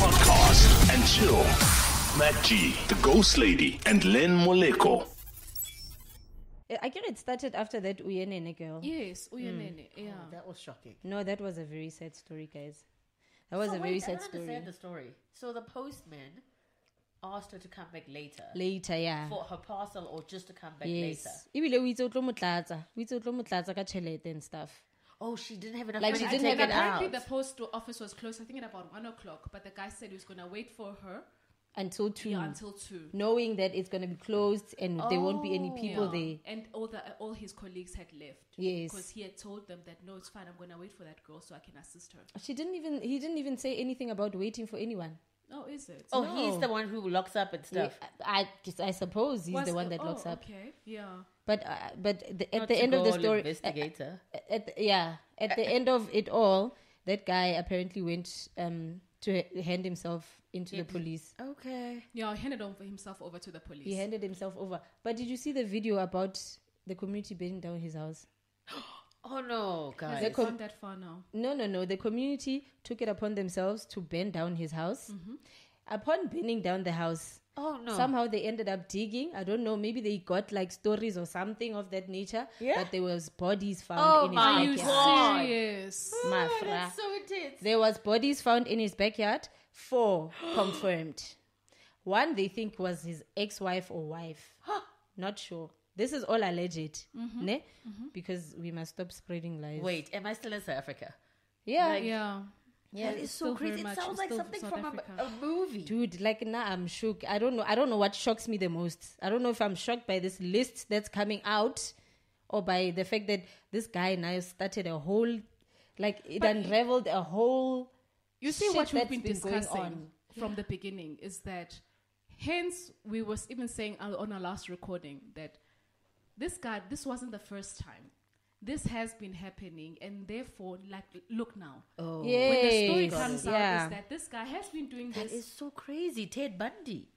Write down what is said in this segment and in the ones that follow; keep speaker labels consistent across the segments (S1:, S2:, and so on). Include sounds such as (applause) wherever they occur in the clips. S1: Podcast and chill. Matt G, the Ghost Lady, and Len Moleko.
S2: Eh, I I get it started after that Uyenene girl.
S3: Yes, uyanene. Yeah.
S2: Oh,
S4: That was shocking.
S2: No, that was a very sad story, guys. That was
S4: So
S2: a very
S4: wait, I
S2: sad
S4: don't
S2: story.
S4: understand the story. So the postman asked her to come back later
S2: Later, yeah.
S4: for her parcel, or just to come back later.
S2: Yes. Ebile o itse o tlo mo tlatsa. O itse o tlo mo tlatsa ka tjhelete and stuff.
S4: Oh, she didn't have enough.
S2: Like,
S4: money
S2: she
S4: to
S2: didn't
S4: take
S2: have
S4: it
S2: it
S4: out.
S2: out.
S3: Apparently, the post office was closed. I think at about one o'clock. But the guy said he was gonna wait for her
S2: Until two.
S3: yeah, until two.
S2: Knowing that it's going to be closed and there won't be
S3: Oh.
S2: any people
S4: Oh.
S3: Yeah.
S2: there.
S3: And all the all his colleagues had left.
S2: Yes.
S3: Because he had told them that no, it's fine. I'm gonna wait for that girl so I can assist her.
S2: She didn't even, he didn't even say anything about waiting for anyone.
S3: Oh, is it?
S4: Oh,
S2: No.
S4: he's the one who locks up and stuff.
S2: I, I, guess- I suppose he's
S3: Was-
S2: the one that locks
S3: oh,
S2: up.
S3: Okay. Yeah.
S2: But, uh, but the, at
S4: Not
S2: the
S4: to
S2: end of
S4: go
S2: the
S4: all
S2: story, uh,
S4: investigator.
S2: at the, yeah, at the end of it all, that guy apparently went um, to h- hand himself into the police.
S4: okay.
S3: Yeah. He handed over himself over to the police.
S2: He handed himself over. But did you see the video about the community burning down his house?
S4: Oh no,
S3: Has
S4: guys.
S3: it
S2: com-
S3: gone that far now?
S2: No, no, no. The community took it upon themselves to burn down his house. Upon burning down the house,
S4: Mm-hmm. oh no.
S2: somehow they ended up digging. I don't know. Maybe they got like stories or something of that nature.
S4: Yeah.
S2: But there was bodies found
S4: Oh
S2: in his
S4: my
S3: Are
S2: backyard.
S3: you
S4: God.
S3: serious?
S2: My
S4: Oh,
S2: fra.
S4: that's so intense.
S2: There was bodies found in his backyard.
S3: (gasps)
S2: Four confirmed. One they think was his ex-wife or wife. Not sure. This is all alleged,
S3: Mm-hmm.
S2: ne? Because we must stop spreading lies.
S4: Wait, am I still in South Africa?
S2: yeah,
S4: like-
S3: Yeah.
S2: yeah.
S4: that is
S3: still
S4: so
S3: very
S4: crazy. It
S3: much
S4: sounds like
S3: still
S4: something
S3: South
S4: from a,
S3: Africa.
S4: a movie.
S2: Dude, like now I'm shook. I don't know. I don't know what shocks me the most. I don't know if I'm shocked by this list that's coming out, or by the fact that this guy now started a whole, like it
S3: But-
S2: unraveled a whole.
S3: you see
S2: shit
S3: what we've
S2: that's
S3: been,
S2: been going
S3: discussing
S2: on.
S3: from the beginning is that hence we was even saying on on our last recording that this guy this wasn't the first time this has been happening and therefore like look now
S4: Oh,
S2: Yeah.
S3: when the story
S2: Yes.
S3: comes out
S2: Yeah.
S3: is that this guy has been doing
S4: that
S3: this
S4: is so crazy. Ted Bundy.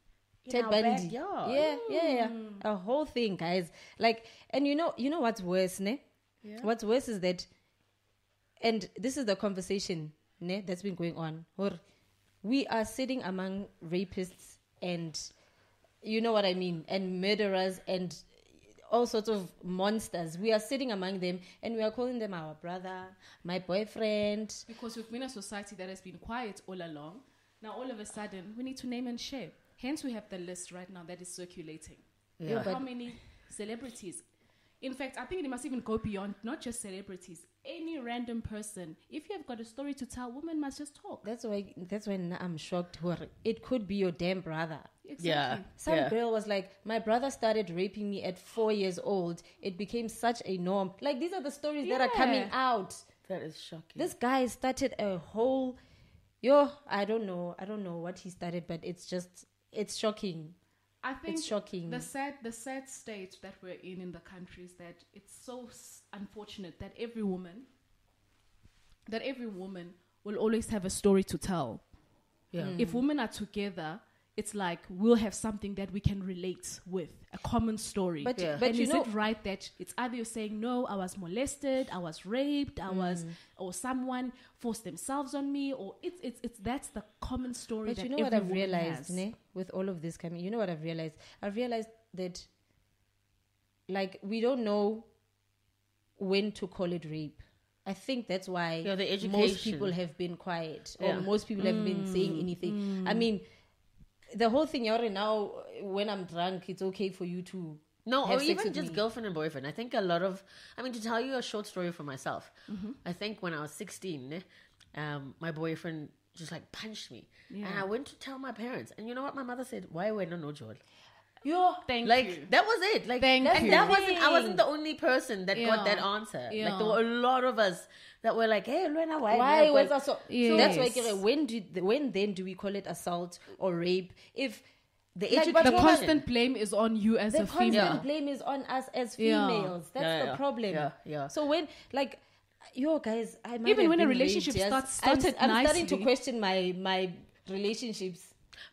S4: In
S2: Ted
S4: our
S2: Bundy.
S4: backyard. Mm.
S2: Yeah, yeah, yeah. A whole thing, guys. Like, and you know, you know what's worse, ne? What's worse is that, and this is the conversation, ne, that's been going on. Hor, We are sitting among rapists and, you know what I mean, and murderers and all sorts of monsters. We are sitting among them and we are calling them our brother, my boyfriend.
S3: because we've been a society that has been quiet all along now all of a sudden we need to name and share hence we have the list right now that is circulating
S4: Yeah.
S3: Look
S2: But-
S3: how many celebrities in fact i think it must even go beyond not just celebrities any random person if you have got a story to tell women must just talk
S2: That's why. That's why now I'm shocked. Hor, It could be your damn brother.
S4: Yeah.
S2: Some
S4: yeah.
S2: girl was like, My brother started raping me at four years old. It became such a norm. Like, these are the stories that are coming
S3: Yeah.
S2: out.
S4: That is shocking.
S2: This guy started a whole. Yo, I don't know. I don't know what he started, but it's just. It's shocking.
S3: I think
S2: shocking.
S3: The sad, the sad state that we're in in the country is that it's so s- unfortunate that every woman, that every woman will always have a story to tell.
S4: Yeah.
S3: If women are together, it's like we'll have something that we can relate with, a common story.
S2: But-
S4: Yeah.
S2: but
S3: and
S2: you
S3: is
S2: know-
S3: it right that it's either you're saying no, I was molested, I was raped, I was,
S2: Mm.
S3: or someone forced themselves on me, or it's it's it's that's the common story.
S2: But
S3: that
S2: you know what
S3: every
S2: I've
S3: woman
S2: realized,
S3: has.
S2: ne? With all of this coming, you know what I've realized? I've realized that, like, we don't know when to call it rape. I think that's why
S4: Yeah, the
S2: most
S4: education.
S2: people have been quiet, or
S4: Yeah.
S2: most people have been
S3: Mm.
S2: saying anything. I mean, the whole thing, Yore, now when I'm drunk, it's okay for you to
S4: No,
S2: have
S4: or
S2: sex
S4: even
S2: with
S4: just
S2: me.
S4: girlfriend and boyfriend. I think a lot of, I mean, to tell you a short story for myself,
S2: Mm-hmm.
S4: I think when I was 16, ne, um, my boyfriend just like punched me. And I went to tell my parents. And you know what my mother said? Why were no no joy?
S3: Yo, thank
S4: like
S3: you.
S4: that was it. Like
S3: Thank
S4: that,
S3: you.
S4: that wasn't I wasn't
S2: Amazing.
S4: the only person that got
S3: Yeah.
S4: that answer. Like
S3: Yeah.
S4: there were a lot of us that were like, "Hey, Luena, why?"
S2: why
S4: Like,
S2: was that so? So that's why
S3: Yes.
S2: Kere, when do when then do we call it assault or rape if
S4: the
S2: like,
S4: education?
S2: but
S3: the
S2: what-
S3: constant blame is on you as
S2: the
S3: a female.
S2: constant
S4: Yeah.
S2: blame is on us as
S3: Yeah.
S2: females? That's
S4: Yeah,
S2: the
S4: yeah.
S2: problem.
S4: Yeah, yeah.
S2: So when like yo guys, I might
S3: Even
S2: have
S3: when a
S2: been
S3: relationship
S2: raped, yes.
S3: starts-
S2: I'm-
S3: started
S2: I'm, starting to
S3: nicely.
S2: question my my relationships.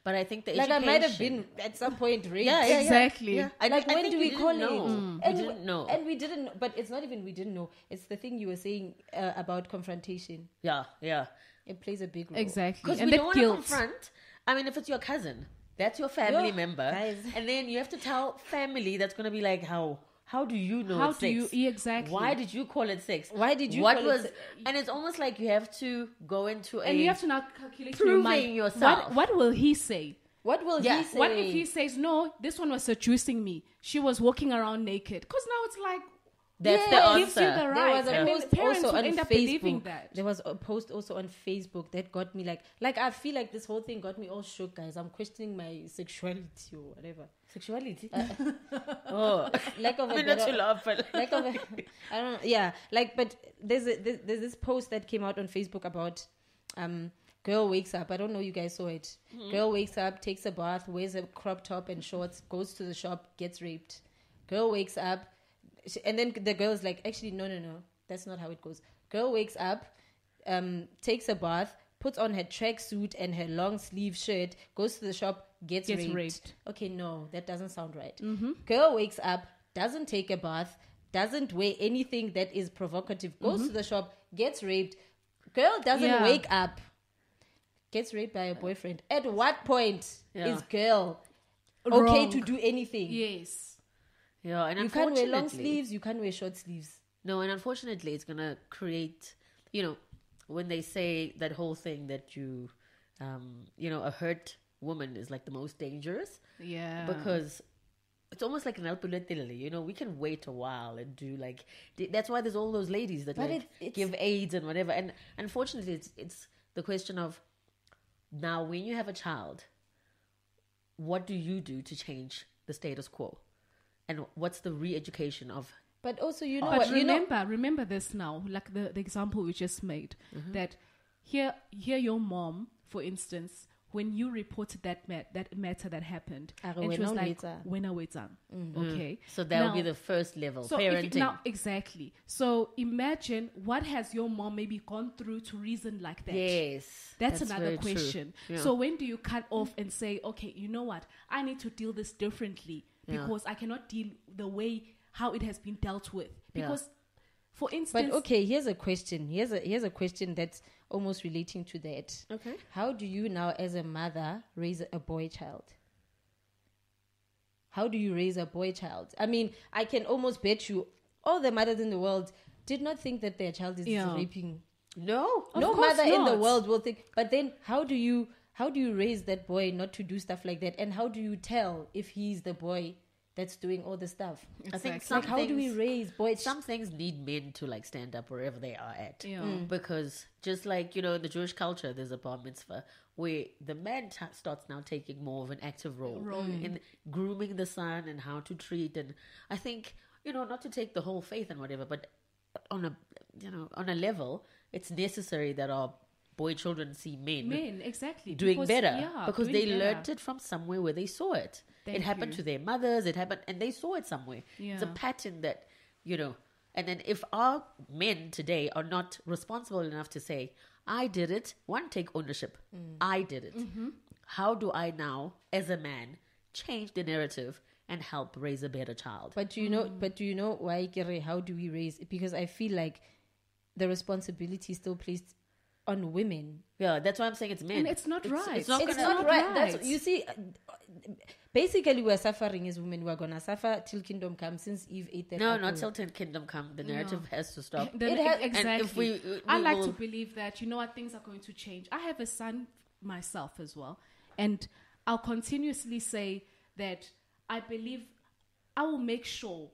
S4: But I think the
S2: Like I
S4: education.
S2: might have been at some point raped.
S4: Yeah, yeah, yeah.
S3: Exactly.
S4: Yeah. I-
S2: like
S4: I
S2: when
S4: think
S2: do
S4: we
S2: we
S4: didn't
S2: call
S4: know.
S2: it?
S4: Mm. We
S2: And
S4: didn't know.
S2: And we didn't know. But it's not even we didn't know. It's the thing you were saying uh, about confrontation.
S4: yeah, yeah.
S2: It plays a big role.
S3: Exactly.
S4: Because
S3: And
S4: we don't
S3: that
S4: want to
S3: guilt.
S4: confront. I mean, if it's your cousin, that's your family
S2: Yeah,
S4: member,
S2: guys.
S4: and then you have to tell family that's going to be like, "How? How do you know?
S3: How
S4: it's
S3: do you-
S4: sex?
S3: yeah, exactly.
S4: Why did you call it sex?
S2: Why did you
S4: What
S2: call it
S4: was?
S2: se-
S4: and it's almost like you have to go into a.
S3: And you
S4: (laughs)
S2: (laughs)
S3: have to now calculate in your
S4: Proving
S3: mind,
S4: yourself.
S3: What, what will he say?
S2: What will
S4: Yeah.
S2: he say?
S3: What if he says, no, this one was seducing me. She was walking around naked. Because now it's like,
S4: That's
S3: yeah,
S4: the
S3: gives you
S4: answer.
S3: the
S2: There
S3: right.
S2: was a
S3: and then
S2: post
S3: parents
S2: also
S3: would
S2: on
S3: end up believing
S2: Facebook.
S3: that.
S2: There was a post also on Facebook that got me like, like I feel like this whole thing got me all shook, guys. I'm questioning my sexuality or whatever. Uh,
S4: Sexuality. oh,
S2: Lack of
S4: I
S2: a
S4: mean, not
S2: better-
S4: to laugh, but
S2: (laughs) like of, I don't know. Yeah, like but there's a, there's, there's this post that came out on Facebook about um girl wakes up. I don't know you guys saw it. Girl wakes up, takes a bath, wears a crop top and shorts, goes to the shop, gets raped. Girl wakes up, she, and then the girl's like, actually no no no, that's not how it goes. Girl wakes up, um takes a bath. Puts on her tracksuit and her long sleeve shirt, goes to the shop, gets,
S3: Gets
S2: raped.
S3: raped.
S2: Okay, no, that doesn't sound right.
S3: Mm-hmm.
S2: Girl wakes up, doesn't take a bath, doesn't wear anything that is provocative, goes to the shop, gets raped. Girl doesn't
S3: Mm-hmm. Yeah.
S2: wake up, gets raped by a boyfriend. At what point
S4: Yeah.
S2: is girl okay
S3: Wrong.
S2: to do anything?
S3: Yes.
S4: (laughs) yeah, and
S2: You can't
S4: unfortunately,
S2: wear long sleeves, you can't wear short sleeves.
S4: No, and unfortunately, it's gonna create, you know, when they say that whole thing that you, um, you know, a hurt woman is like the most dangerous
S3: Yeah.
S4: because it's almost like an alpulatilili. You know, we can wait a while and do like th- that's why there's all those ladies that
S2: But
S4: like
S2: it- it's-
S4: give aids and whatever. And unfortunately, it's it's the question of now when you have a child, what do you do to change the status quo, and what's the re-education of
S2: But also, you know
S3: But
S2: what? You know,
S3: remember, remember this now, like the, the example we just made,
S4: Mm-hmm.
S3: that here, here your mom, for instance, when you reported that ma- that matter that happened,
S2: Are
S3: and she was
S2: wena
S3: like,
S2: wetsa.
S3: "When are we done?" Okay,
S4: Mm-hmm. So that would be
S3: Now-
S4: the first level,
S3: so if
S4: parenting.
S3: you- now exactly. So imagine what has your mom maybe gone through to reason like that.
S4: yes,
S3: That's,
S4: very
S3: another
S4: true.
S3: question.
S4: Yeah.
S3: So when do you cut off and say, okay, you know what? I need to deal this differently
S4: Yeah.
S3: because I cannot deal the way how it has been dealt with.
S4: Yeah.
S3: Because, for instance,
S2: But okay, here's a question. Here's a here's a question that's almost relating to that.
S4: Okay.
S2: How do you now as a mother raise a boy child? How do you raise a boy child? I mean, I can almost bet you all the mothers in the world did not think that their child is
S3: Yeah.
S2: raping.
S4: no,
S3: Of
S2: no
S3: course
S2: mother in the
S3: not.
S2: world will think. But then how do you how do you raise that boy not to do stuff like that? And how do you tell if he's the boy that's doing all the stuff?
S4: I think
S3: Exactly.
S4: some
S2: Like how do we
S4: things-
S2: raise boys?
S4: Some things need men to like stand up wherever they are at,
S3: Yeah. Mm.
S4: because just like you know in the Jewish culture, there's a bar mitzvah where the man t- starts now taking more of an active role in grooming the son and how to treat. And I think you know not to take the whole faith and whatever, but on a you know on a level, it's necessary that our boy children see
S3: men, exactly.
S4: doing
S3: because-
S4: better
S3: yeah,
S4: because
S3: doing
S4: they
S3: better.
S4: learnt it from somewhere where they saw it. it
S3: Thank
S4: happened
S3: you.
S4: to their mothers. It happened, and they saw it somewhere. It's a
S3: Yeah.
S4: pattern that you know. And then if our men today are not responsible enough to say, "I did it," one take ownership.
S3: Mm.
S4: I did it.
S3: Mm-hmm.
S4: How do I now, as a man, change the narrative and help raise a better child?
S2: But do you know? But do you know why, Kere? How do we raise? Because I feel like the responsibility is still placed on women.
S4: yeah, that's why I'm saying it's men.
S3: And it's not right.
S4: It's not
S2: it's
S4: gonna-
S2: not right. That's
S3: right.
S2: you see. uh, Basically, we're suffering as women. We're gonna suffer till kingdom comes. Since Eve ate that.
S4: no,
S2: apple.
S4: not till ten kingdom come. The narrative has to stop.
S3: Then
S2: It
S3: e-
S2: has- and if
S3: exactly.
S4: we- we
S3: I like
S4: will-
S3: to believe that you know what things are going to change. I have a son myself as well, and I'll continuously say that I believe I will make sure,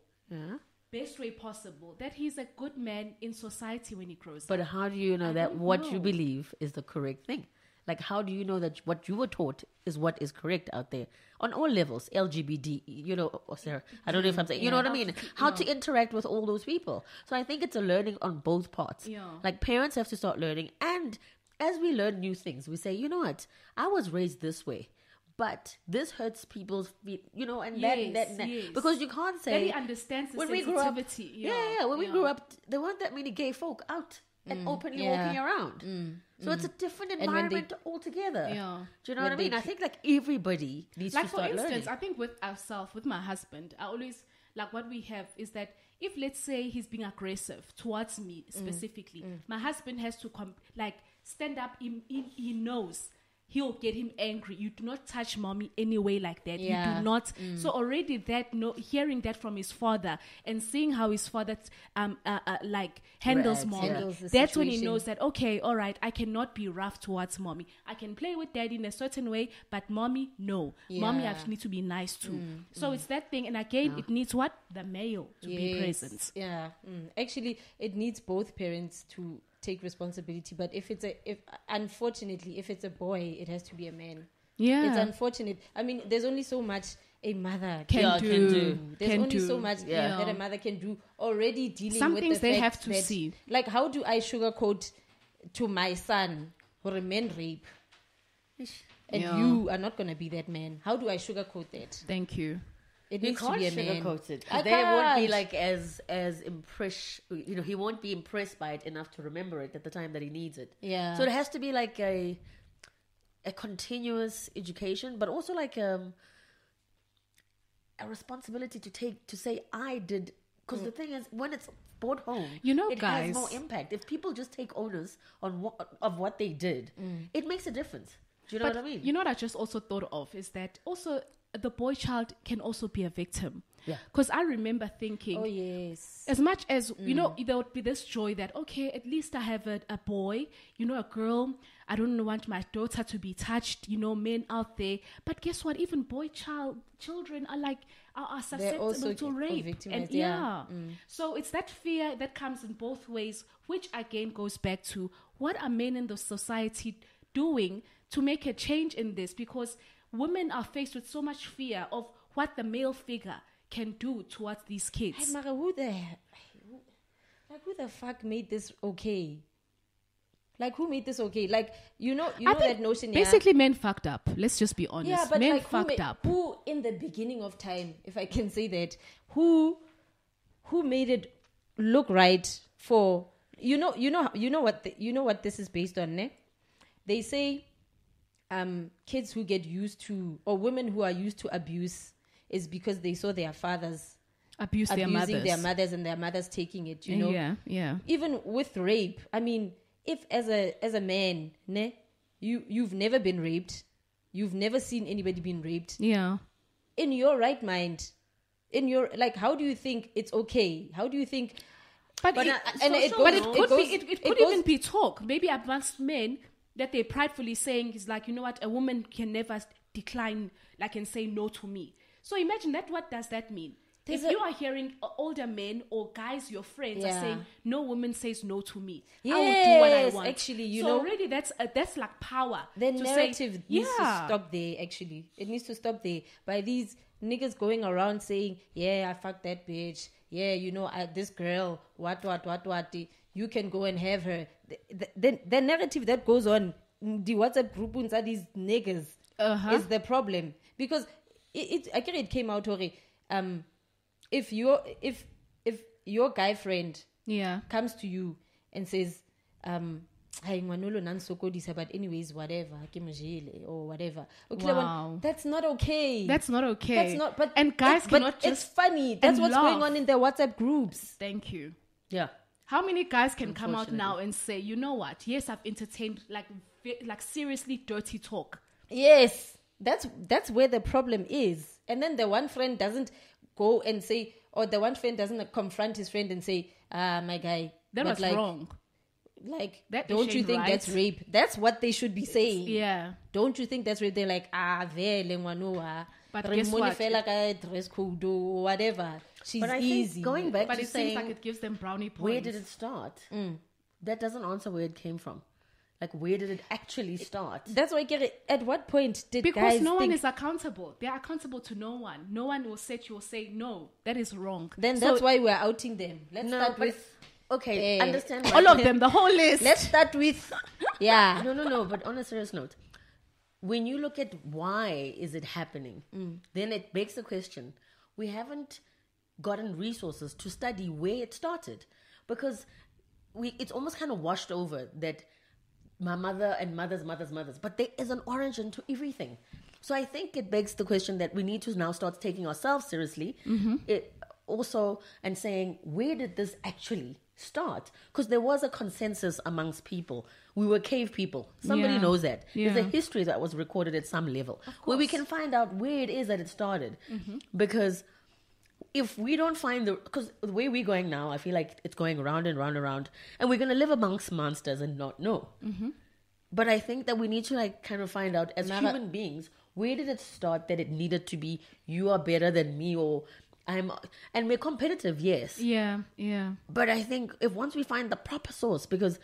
S3: best way possible, that he's a good man in society when he grows up.
S4: But how do you know
S3: I
S4: that
S3: don't
S4: what you
S3: know.
S4: believe is the correct thing? Like, how do you know that what you were taught is what is correct out there on all levels? LGBT, you know, or Sarah, I don't know if I'm saying, you know what I mean? How to interact with all those people. So I think it's a learning on both parts.
S3: Yeah.
S4: Like, parents have to start learning. And as we learn new things, we say, you know what? I was raised this way. But this hurts people's, fe- you know, and that,
S3: Yes,
S4: that, that-
S3: yes.
S4: because you can't
S3: That
S4: say
S3: he understands the
S4: We
S3: sensitivity,
S4: grew up, yeah,
S3: yeah,
S4: yeah, When we
S3: yeah.
S4: grew up, there weren't that many gay folk out and openly
S2: Mm, yeah. Mm,
S4: walking around. So it's a different
S2: And when they-
S4: environment altogether.
S3: Yeah.
S4: Do you know
S2: When
S4: what I
S2: they
S4: mean? I
S2: ca-
S4: think like everybody needs
S3: like
S4: to
S3: for
S4: start
S3: instance
S4: learning.
S3: i think with ourselves with my husband i always like what we have is that if let's say he's being aggressive towards me
S4: Mm.
S3: specifically my husband has to come like stand up in, in, he knows he'll get him angry you do not touch mommy any way like that you
S2: Yeah.
S3: do not
S4: Mm.
S3: so already that no hearing that from his father and seeing how his father um uh, uh, like handles
S4: Reacts,
S3: mommy
S4: yeah.
S2: Handles the
S3: that's when he
S2: situation.
S3: knows that okay all right i cannot be rough towards mommy i can play with daddy in a certain way but mommy no mommy i
S2: Yeah.
S3: need to be nice to
S4: Mm,
S3: so it's that thing and again it needs what the male to be present
S2: Yeah, mm. actually, it needs both parents to take responsibility. But if it's a, if unfortunately, if it's a boy, it has to be a man.
S3: yeah
S2: It's unfortunate. I mean, there's only so much a mother
S3: can,
S2: can.
S4: Yeah,
S3: do.
S4: can do.
S2: There's
S3: Can
S2: only
S3: do.
S2: so much
S3: Yeah.
S2: that a mother can do already dealing
S3: Some
S2: with
S3: things
S2: the
S3: they
S2: fact
S3: have to
S2: that-
S3: see.
S2: Like, how do I sugarcoat to my son or a man rape? And
S3: Yeah.
S2: you are not going to be that man. How do I sugarcoat that?
S3: thank you
S2: It
S4: You
S2: needs to
S4: can't
S2: be a man.
S4: sugarcoat it. 'cause
S2: I
S4: They won't be
S2: can't.
S4: like as as impressed. You know, he won't be impressed by it enough to remember it at the time that he needs it.
S2: Yeah.
S4: So it has to be like a a continuous education, but also like um a responsibility to take to say I did. Because
S2: Mm.
S4: the thing is, when it's brought home,
S3: You know,
S4: it has more
S3: guys-
S4: impact. If people just take onus on what of what they did,
S2: Mm.
S4: it makes a difference. Do you know
S3: but
S4: what I mean?
S3: you know what i just also thought of is that also the boy child can also be a victim
S4: Yeah.
S3: because i remember thinking
S2: Oh, yes. Mm.
S3: as much as you know there would be this joy that okay at least i have a, a boy you know a girl i don't want my daughter to be touched you know men out there but guess what even boy child children are like are, are susceptible
S2: also
S3: to
S2: get- or
S3: rape and
S2: victimized,
S3: yeah,
S2: yeah. Mm.
S3: so it's that fear that comes in both ways which again goes back to what are men in the society doing to make a change in this because women are faced with so much fear of what the male figure can do towards these kids
S2: Hey, Mara, who the he- who- like who the fuck made this okay? Like who made this okay? Like you know, you know that notion. yeah?
S3: Basically, men fucked up. Let's just be honest.
S2: yeah, but
S3: men
S2: like who,
S3: fucked
S2: ma-
S3: up.
S2: who in the beginning of time, if I can say that, who who made it look right for you know you know you know what the, you know what this is based on, ne? They say um kids who get used to or women who are used to abuse is because they saw their fathers
S3: Abuse their
S2: abusing
S3: mothers.
S2: their mothers and their mothers taking it you know
S3: Yeah, yeah.
S2: even with rape i mean if as a as a man ne you you've never been raped you've never seen anybody being raped
S3: Yeah.
S2: in your right mind in your like how do you think it's okay how do you think
S3: But,
S4: But,
S3: it,
S4: uh,
S2: and it
S4: social
S3: but it
S4: norms-
S2: it
S3: could
S2: goes-
S3: be. It, it
S2: it
S3: could
S2: goes-
S3: even be talk. Maybe amongst men that they're pridefully saying is like, you know what, a woman can never s- decline, like, and say no to me. So imagine that. What does that mean?
S2: There's
S3: if
S2: a-
S3: you are hearing uh, older men or guys, your friends are
S2: Yeah.
S3: saying, "No woman says no to me. I will do what I
S2: Yes,
S3: want."
S2: actually, you
S3: so
S2: know-
S3: already that's uh, that's like power.
S2: the
S3: to say,
S2: narrative needs
S3: yeah.
S2: to stop there actually it needs to stop there by these niggas going around saying yeah i fucked that bitch yeah you know I, this girl what what what what the- you can go and have her the, the, the, the narrative that goes on in the whatsapp group are these niggas
S3: Uh-huh.
S2: is the problem because it, it i think it came out already um if your if if your guy friend
S3: Yeah.
S2: comes to you and says, um, "Hi, Manolo nansokodisa, but anyways, whatever, ke mojele," or whatever. Okay,
S3: Wow.
S2: that's not okay.
S3: That's not okay.
S2: That's not. But
S3: and guys
S2: it- but
S3: cannot
S2: it's
S3: just
S2: funny. That's
S3: and
S2: what's
S3: laugh.
S2: going on in the WhatsApp groups.
S3: Thank you.
S4: yeah.
S3: How many guys can come out now and say, you know what? Yes, I've entertained like ve- like seriously dirty talk.
S2: Yes, that's that's where the problem is. And then the one friend doesn't go and say, or the one friend doesn't confront his friend and say, "Ah, my guy."
S3: That
S2: but
S3: was
S2: like,
S3: wrong.
S2: Like,
S3: That
S2: don't
S3: is
S2: you think
S3: right.
S2: that's rape? That's what they should be saying.
S3: Yeah.
S2: don't you think that's where they're like ah vele ngwanoa
S3: But
S2: re
S3: guess
S2: mmone
S3: what?
S2: fela ka dress code or whatever she's
S4: But I
S2: easy
S4: think going back
S3: But
S4: to
S3: it
S4: saying
S3: seems like it gives them brownie points.
S2: Mm.
S4: where did it start? That doesn't answer where it came from. Like, where did it actually start?
S2: That's why Gary, at what point did
S3: because
S2: guys
S3: no one
S2: think-
S3: is accountable. They are accountable to no one. No one will set you or say no. That is wrong.
S2: then
S3: So
S2: that's why we're outing them. Let's
S4: No,
S2: start
S4: but-
S2: with
S4: Okay,
S2: Eh.
S4: understand.
S3: all
S4: why-
S3: of them, the whole list.
S2: let's start with yeah.
S3: Mm-hmm.
S4: no, no, no. But on a serious note, when you look at why is it happening, then it begs the question: we haven't gotten resources to study where it started, because we it's almost kind of washed over that my mother and mother's mother's mother's, but there is an origin to everything. So I think it begs the question that we need to now start taking ourselves seriously.
S3: Mm-hmm.
S4: It also and saying where did this actually start? Because there was a consensus amongst people. We were cave people. Somebody
S3: Yeah.
S4: knows that. There's
S3: Yeah.
S4: a history that was recorded at some level where we can find out where it is that it started.
S3: Mm-hmm.
S4: Because if we don't find the because the way we're going now, I feel like it's going round and round and round, and we're gonna live amongst monsters and not know.
S2: Mm-hmm.
S4: But I think that we need to like kind of find out as
S2: Mara-
S4: human beings where did it start that it needed to be you are better than me or I'm and we're competitive, yes.
S3: Yeah, yeah.
S4: But I think if once we find the proper source, because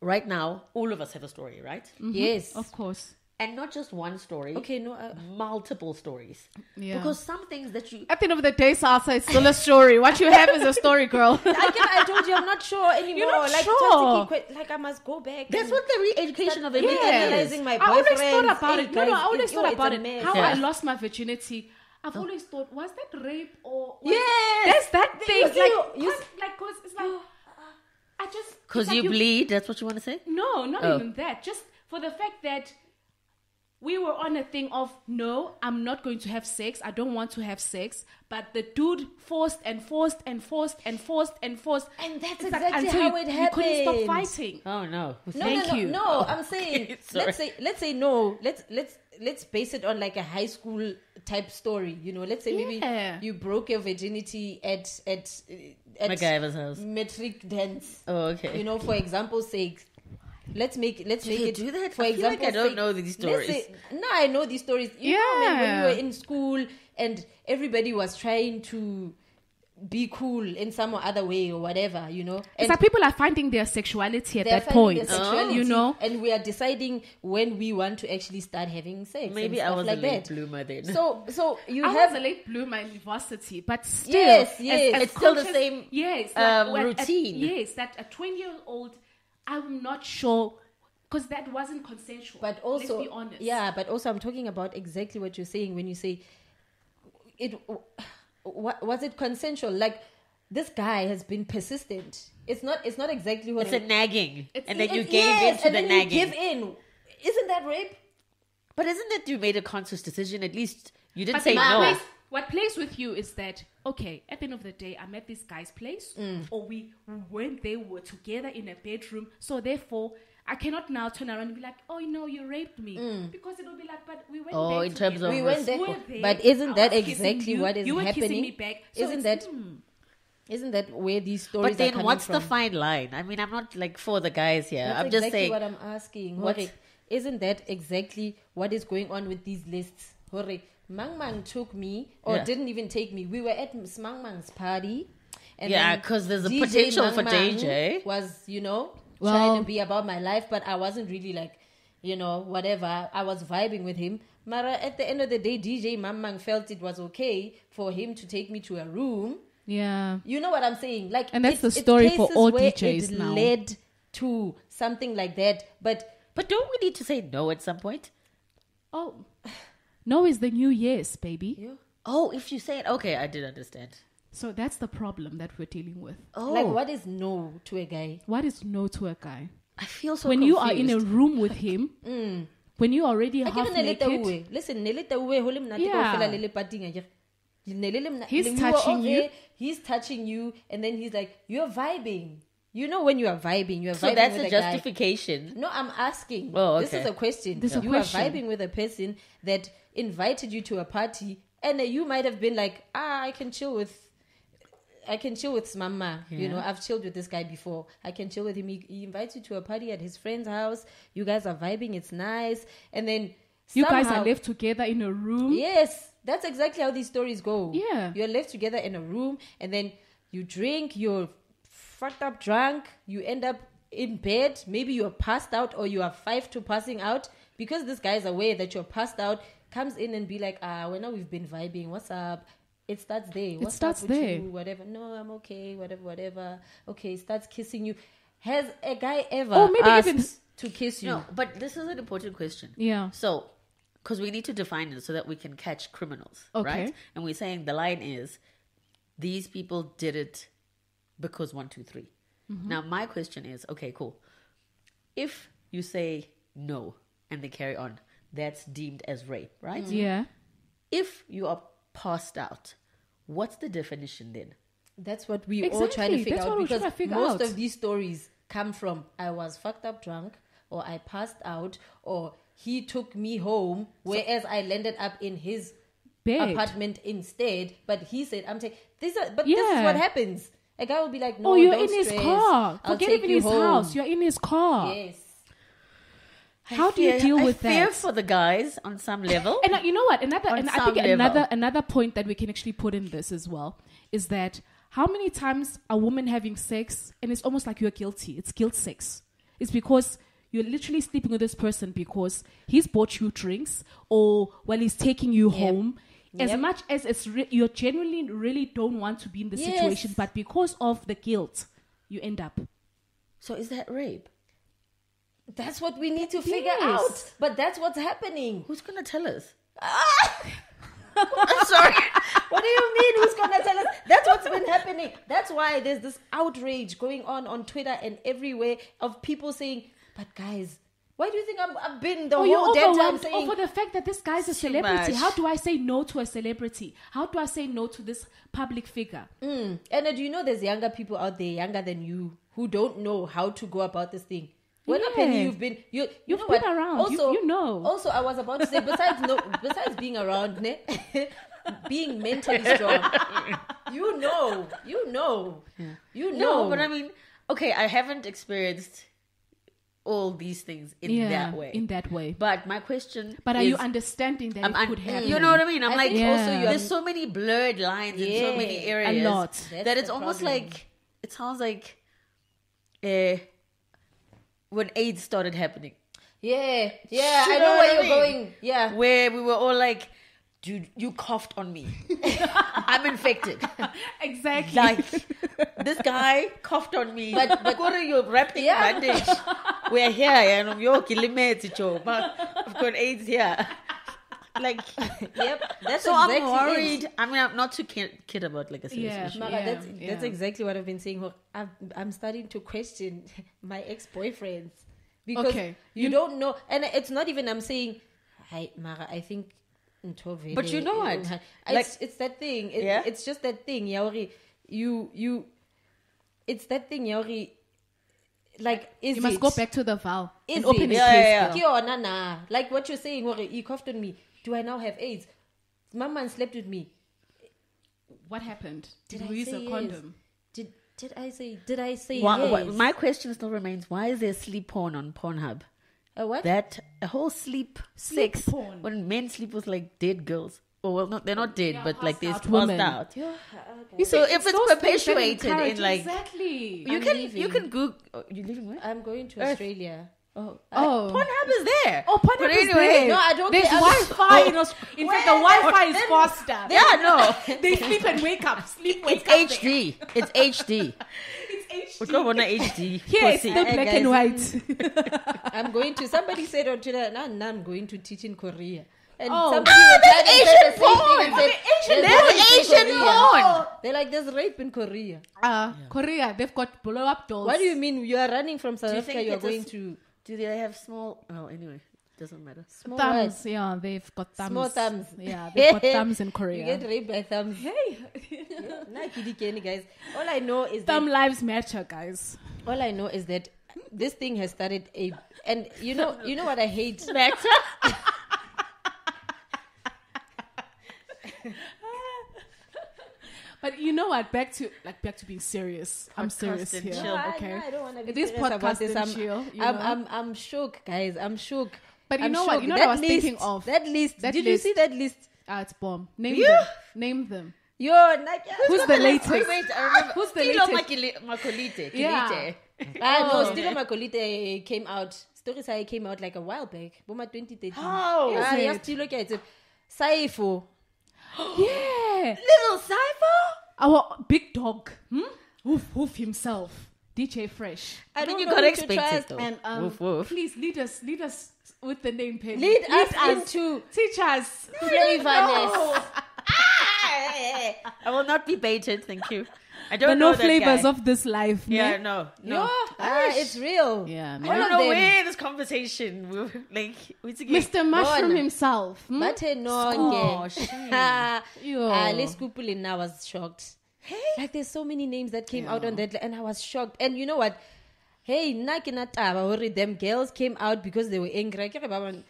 S4: right now all of us have a story, right?
S2: Yes.
S3: Of course.
S4: And not just one story.
S2: Mm-hmm. Okay, no, uh,
S4: multiple stories.
S3: Yeah.
S4: Because some things that you
S3: At the end of the day, Salsa, it's still a story. What you have is a story,
S2: (laughs)
S3: girl.
S2: I, can, I told you I'm not
S3: (laughs)
S2: sure anymore.
S3: not
S2: like
S3: sure.
S2: just to keep que- like I must go back.
S4: that's
S2: and-
S4: what the re-education of everything
S2: Yes.
S4: is.
S2: Analyzing my
S3: I always
S2: boyfriends,
S3: thought about
S2: hey,
S3: it. No, no,
S2: guys,
S3: I always
S2: it-
S3: thought
S2: oh,
S3: about
S2: it's a
S3: it.
S2: mess.
S3: How
S4: Yeah.
S3: I lost my virginity. I've always thought, was that rape or? Was
S2: Yes.
S3: that's that thing.
S2: It's
S3: like,
S2: like- you-
S3: con- like, cause it's like, I just it's
S4: Because
S3: like
S4: you bleed, that's what you want to say?
S3: No, not
S4: Oh.
S3: even that. Just for the fact that we were on a thing of no, I'm not going to have sex. I don't want to have sex. But the dude forced and forced and forced and forced and forced.
S2: And that's
S3: It's
S2: exactly
S3: until
S2: how
S3: you,
S2: it
S3: You couldn't stop
S2: happened.
S3: fighting.
S4: Oh no.
S2: No,
S3: Thank
S2: no, no,
S3: you.
S2: no. I'm saying
S4: (laughs) sorry.
S2: let's say let's say no. Let's let's let's base it on like a high school type story. You know, let's say
S3: Yeah.
S2: maybe you broke your virginity at at uh, at
S4: MacGyver's house.
S2: metric dance.
S4: Oh, okay.
S2: You know, for example's sake. Let's make let's
S4: Do
S2: make
S4: they
S2: it
S4: do that?
S2: for
S4: I feel like I
S2: example.
S4: don't know these stories.
S2: no, I know these stories. You know, I mean, when
S3: Yeah.
S2: we were in school and everybody was trying to be cool in some or other way or whatever, you know.
S3: It's
S2: And
S3: like people are finding their sexuality at
S2: they're
S3: that
S2: finding
S3: point.
S2: their sexuality,
S3: You know,
S2: and we are deciding when we want to actually start having sex.
S4: Maybe
S2: and
S4: I
S2: stuff
S4: was
S2: like
S4: a late
S2: that.
S4: bloomer then.
S2: So, so you
S3: I
S2: have
S3: was a late bloomer in university, but still,
S2: Yes,
S3: as-
S2: yes.
S3: as
S4: It's still the
S3: conscious-
S4: same,
S3: yes,
S4: um,
S3: we're at-
S4: routine.
S3: yes, that a twenty-year-old, I'm not sure, because that wasn't consensual.
S2: but also
S3: let's be honest.
S2: yeah but also i'm talking about exactly what you're saying when you say it what was it consensual like this guy has been persistent it's not it's not exactly what
S4: It's a nagging.
S3: It's-
S4: and then you
S2: It's-
S4: gave
S2: yes,
S4: in
S2: and
S4: to the
S2: then you
S4: nagging.
S2: give in isn't that rape
S4: But isn't it you made a conscious decision? At least you didn't
S3: But
S4: say
S3: what
S4: no.
S3: Plays, what plays with you is that okay? At the end of the day, I'm at this guy's place,
S2: Mm.
S3: or we when they were together in a bedroom. So therefore, I cannot now turn around and be like, oh no, you raped me,
S2: Mm.
S3: because it will be like, but we went.
S4: Oh,
S3: there
S4: in terms
S3: together.
S4: of We
S2: went there-
S3: were
S2: but isn't
S3: I
S2: that
S3: was kissing
S2: exactly
S3: you,
S2: what is
S3: you were kissing
S2: happening?
S3: me back. So
S2: Isn't
S3: it's-
S2: that-
S3: mm.
S2: isn't that where these stories
S4: But then
S2: are
S4: what's
S2: coming
S4: the
S2: from?
S4: fine line? I mean, I'm not like for the guys here.
S2: That's
S4: I'm
S2: exactly
S4: just saying.
S2: what I'm asking.
S4: What-
S2: Hore, isn't that exactly what is going on with these lists? Hore, Mang Mang took me or
S4: Yeah.
S2: didn't even take me. We were at Ms. Mang Mang's party. And
S4: Yeah,
S2: then
S4: 'cause there's a potential for DJ.
S2: Was, you know,
S3: Well-
S2: trying to be about my life, but I wasn't really like, you know, whatever. I was vibing with him. Mara, at the end of the day, DJ Mang Mang felt it was okay for him to take me to a room.
S3: Yeah.
S2: You know what I'm saying? Like,
S3: And that's
S2: it's-
S3: the
S2: it's
S3: story for
S2: cases
S3: all
S2: where
S3: DJs
S2: it
S3: now.
S2: Led to something like that, but
S4: But don't we need to say no at some point?
S3: Oh, no is the new yes, baby.
S4: Oh, if you say it, okay, I did understand.
S3: So that's the problem that we're dealing with.
S4: Oh,
S2: like, what is no to a guy?
S3: What is no to a guy?
S4: I feel so
S3: when you are in a
S4: confused.
S3: room with
S2: (laughs)
S3: him,
S2: Mm.
S3: when you're already
S2: I
S3: half
S2: give Neleta
S3: naked,
S2: uwe. Listen, Neleta uwe, hole mnati
S3: Yeah.
S2: kaofela lele party-ing, I give- Ne lele mna-
S3: He's
S2: le- we were
S3: touching
S2: all
S3: you.
S2: there, He's touching you, and then he's like, "You're vibing." You know when you are vibing, you are
S4: So
S2: vibing
S4: that's
S2: with
S4: a
S2: a guy.
S4: justification.
S2: No, I'm asking.
S4: Oh,
S2: This is
S4: okay.
S2: a question.
S3: This is a
S2: you
S3: question.
S2: are vibing with a person that invited you to a party, and uh, you might have been like, ah, I can chill with. I can chill with Mama. You know, I've chilled with this guy before. I can chill with him. He, he invites you to a party at his friend's house. You guys are vibing. It's nice. And then
S3: you guys
S2: somehow-
S3: are left together in a room.
S2: Yes, that's exactly how these stories go.
S3: Mm-hmm. Yeah.
S2: You're left together in a room and then you drink, you're fucked up drunk, you end up in bed, maybe you are passed out or you are five to passing out, because this guy is aware that you're passed out, comes in and be like, ah, well, now we've been vibing. What's up? It starts there. What's up
S3: starts
S2: with
S3: there.
S2: You? Whatever. No, I'm okay. Whatever, whatever. Okay, starts kissing you. Has a guy ever
S3: Or maybe
S2: asked
S3: even-
S2: to kiss you?
S4: No, but this is an important question.
S3: Yeah.
S4: So, because we need to define it so that we can catch criminals,
S3: Okay.
S4: right? And we're saying the line is, these people did it because one, two, three.
S3: Mm-hmm.
S4: Now, my question is, okay, cool. If you say no and they carry on, that's deemed as rape, right?
S2: Mm.
S3: Mm-hmm. Yeah.
S4: If you are passed out, what's the definition then?
S2: That's what we all trying
S3: Exactly,
S2: to figure
S3: that's
S2: out
S3: what we're
S2: because
S3: trying to figure
S2: most
S3: out.
S2: of these stories come from I was fucked up drunk or I passed out or he took me home whereas I landed up in his
S3: Bed.
S2: apartment instead but he said I'm taking this are, but this is
S3: Yeah.
S2: what happens a guy will be like no
S3: oh, you're
S2: don't
S3: in his
S2: stress.
S3: car.
S2: I'll
S3: Forget
S2: take
S3: even
S2: you
S3: his
S2: home.
S3: house. You're in his car.
S2: yes
S3: How
S4: I
S3: do you
S4: fear-
S3: deal
S4: I
S3: with
S4: fear
S3: that?
S4: for the guys on some level.
S3: (laughs) and uh, you know what? Another,
S4: On
S3: and I
S4: some
S3: think another
S4: level.
S3: another point that we can actually put in this as well is that how many times a woman having sex and it's almost like you're guilty. It's guilt sex. It's because you're literally sleeping with this person because he's bought you drinks or while he's taking you home. As
S2: Yep.
S3: much as it's re- you genuinely really don't want to be in this
S2: Yes.
S3: situation, but because of the guilt, you end up.
S4: so, is that rape?
S2: that's what we need to figure
S3: Yes.
S2: out but that's what's happening
S4: Who's gonna tell us?
S3: (laughs)
S4: (laughs)
S2: I'm sorry. what do you mean? Who's gonna tell us? That's what's been happening. That's why there's this outrage going on on Twitter and everywhere of people saying, "But guys, why do you think I'm, I've been the
S3: Oh, you're
S2: whole damn time
S3: overwhelmed
S2: saying?"
S3: over the fact that this guy's a
S4: Too
S3: celebrity.
S4: much.
S3: How do I say no to a celebrity? How do I say no to this public figure?
S2: and uh, do you know there's younger people out there, younger than you, who don't know how to go about this thing? When
S3: Yeah.
S2: apparently you've been you you
S3: You've
S2: know
S3: been
S2: what?
S3: around. You-
S2: Also,
S3: you know.
S2: Also, I was about to say besides
S3: (laughs)
S2: no besides being around, ne, (laughs) being
S3: (laughs)
S2: mentally strong, you know, you know, you know.
S4: No, but I mean, okay, I haven't experienced all these things in
S3: yeah,
S4: that way.
S3: In that way. But,
S4: but my question
S3: are
S4: is,
S3: you understanding that
S4: I'm
S3: it
S4: un- Mm.
S3: could happen?
S4: You know what I mean? I'm
S2: I
S4: like,
S2: think
S3: also Yeah. you
S4: there's so many blurred lines in so many
S2: Yeah,
S4: areas.
S3: a lot.
S4: That
S2: That's
S4: it's
S2: the
S4: almost
S2: problem.
S4: like, it sounds like uh, when AIDS started happening.
S2: Yeah, yeah,
S4: You
S2: I know where
S4: what
S2: you're
S4: I mean?
S2: going. Yeah.
S4: Where we were all like, dude, you coughed
S2: (laughs)
S4: on me. I'm infected.
S3: Exactly.
S4: like
S3: (laughs)
S4: this guy coughed on me but but what are you wrapped in
S2: Yeah.
S4: bandage we're here and i'm your kilimeti Joe, but i've got aids here like
S2: Yep. That's
S4: so
S2: exactly
S4: i'm
S2: it.
S4: worried i mean i'm not too kid, kid about like a serious
S3: Yeah.
S4: issue
S2: Mara,
S3: Yeah,
S2: that's,
S3: yeah.
S2: that's exactly what I've been saying. Ho- I've, I'm starting to question (laughs) my ex boyfriends because
S3: Okay.
S2: you,
S3: You-
S2: don't know, and it's not even I'm saying, "Hi, Mara, I think." Ntovele
S4: But you know what?
S2: is- It's,
S4: Like-
S2: it's that thing. It-
S4: Yeah?
S2: It's just that thing, Yaori. You you, it's that thing, Yaori. Like is
S3: you must
S2: it?
S3: go back to the vow
S2: Is
S3: and open
S2: it?
S3: it.
S4: Yeah,
S3: case,
S4: yeah,
S3: girl.
S2: Ke yona na. Like what you're saying, Hore, you coughed on me. Do I now have AIDS? My man slept with me.
S3: What happened? Did,
S2: Did I
S3: we use
S2: say
S3: a
S2: yes?
S3: condom?
S2: Did did I say did I say
S4: Why-
S2: yes?
S4: why- my question still remains why is there sleep porn on pornhub
S2: A what?
S4: that a whole sleep,
S3: Sleep
S4: sex
S3: porn.
S4: when men sleep with like dead girls or well not they're not dead but like they're
S3: passed out
S4: passed
S3: women.
S4: out
S2: Ah,
S3: So
S4: if it's perpetuated in, like-
S3: Exactly.
S4: you
S2: I'm
S4: can you
S2: leaving.
S4: can google oh, you leaving where
S2: I'm going to
S4: Earth.
S2: Australia. Oh,
S3: oh.
S4: Pornhub is there.
S3: Oh, Pornhub
S4: But
S3: is
S4: anyway,
S3: there.
S2: No, I don't
S3: There's
S2: care. I'm-
S3: Wi-Fi in Aus- In fact, the
S2: Well,
S3: Wi-Fi is
S2: then-
S3: faster.
S4: Yeah, no.
S3: they sleep and wake up. Sleep, wake
S4: It's
S3: up.
S4: HD.
S3: (laughs)
S4: It's HD.
S3: It's
S4: We're
S3: HD.
S4: going on HD.
S3: Here, it's
S4: Pussy.
S3: still
S2: Hey,
S3: black and
S2: guys.
S3: white.
S2: (laughs) I'm going to. Somebody said on Twitter, now nah, I'm going to teach in Korea. And
S3: Oh.
S2: somebody
S4: Ah,
S2: replied
S4: that's
S2: and said the
S4: Asian
S2: same thing
S4: porn.
S2: and said,
S4: That's Asian-
S2: "There's
S4: that's
S2: rape in
S4: Asian
S2: Korea."
S4: porn.
S2: They're like, there's rape in Korea.
S3: Uh, Korea, they've got blow up dolls.
S2: What do you mean? You are running from South
S4: you
S2: Africa.
S4: think
S2: You are
S4: it's a
S2: going
S4: s-
S2: to
S4: Do they have small? Well, anyway, doesn't matter.
S2: small
S3: Thumbs,
S2: what?
S3: yeah, they've got thumbs.
S2: Small thumbs. (laughs)
S3: Yeah, they've got thumbs in
S2: You
S3: Korea.
S2: get raped by thumbs. Hey. (laughs) nah, kiddie, kiddie, guys. All I know is that
S3: Thumb lives matter, guys.
S2: all I know is that this thing has started a and you know you know what I hate
S4: (laughs) Matter.
S3: But you know what? Back to like back to being serious. I'm serious
S4: and
S3: here.
S4: chill. No,
S3: okay.
S2: I, no, I don't want to be
S3: This
S2: serious about
S3: podcast
S2: this.
S3: and
S2: I'm,
S3: chill, you
S2: I'm,
S3: know?
S2: I'm, I'm shook, guys. I'm shook.
S3: But you
S2: I'm
S3: know what?
S2: shook.
S3: You know what
S2: that
S3: I was
S2: list,
S3: thinking of?
S2: That list.
S3: That
S2: Did
S3: list.
S2: you see that list? (laughs)
S3: Ah, it's bomb. Name
S4: Yeah.
S3: them. Name them.
S2: Yo, Nakia.
S3: Who's the latest?
S4: Wait, wait, I remember.
S3: Who's the
S4: Stilo
S3: latest?
S4: Makili- Makolite.
S3: Yeah.
S4: Kilite.
S2: Ah,
S3: Oh.
S2: no, Stilo Makolite came out. Story Sai came out like a while back. Boma 2013.
S4: How?
S2: Ah,
S3: Is
S2: yeah,
S3: it?
S2: Stilo ke a tseba. Saifo.
S3: Yeah.
S4: Little Cypher?
S3: Our big dog. Hmm? Woof woof himself. DJ Fresh.
S2: I
S4: I think
S2: don't
S4: you
S2: know
S4: got
S2: who to
S4: expected
S2: trust.
S4: though.
S3: And um,
S4: woof, woof.
S3: please lead us lead us with the name Penny.
S2: Lead us into
S3: teach us.
S2: flavorness. Ah,
S4: I will not be baited, thank you. I don't
S3: The
S4: know
S3: no
S4: that
S3: flavors
S4: guy.
S3: of this life.
S4: Yeah,
S3: ne?
S4: no, no.
S2: No, ah, it's real.
S3: Yeah, man.
S4: I
S2: all
S4: don't
S2: of
S4: know
S2: them.
S4: where this conversation will like. It's okay.
S3: Mr. Mushroom
S2: Bona.
S3: himself. hmm?
S2: Bathe
S4: Oh,
S2: nonke. Ah, (laughs)
S3: Yo.
S2: ah, lesikuphile now I was shocked. Like there's so many names that came out on that and I was shocked. And you know what? Hey, nna ke na taba hore them girls came out because they were angry. Akere ba bang,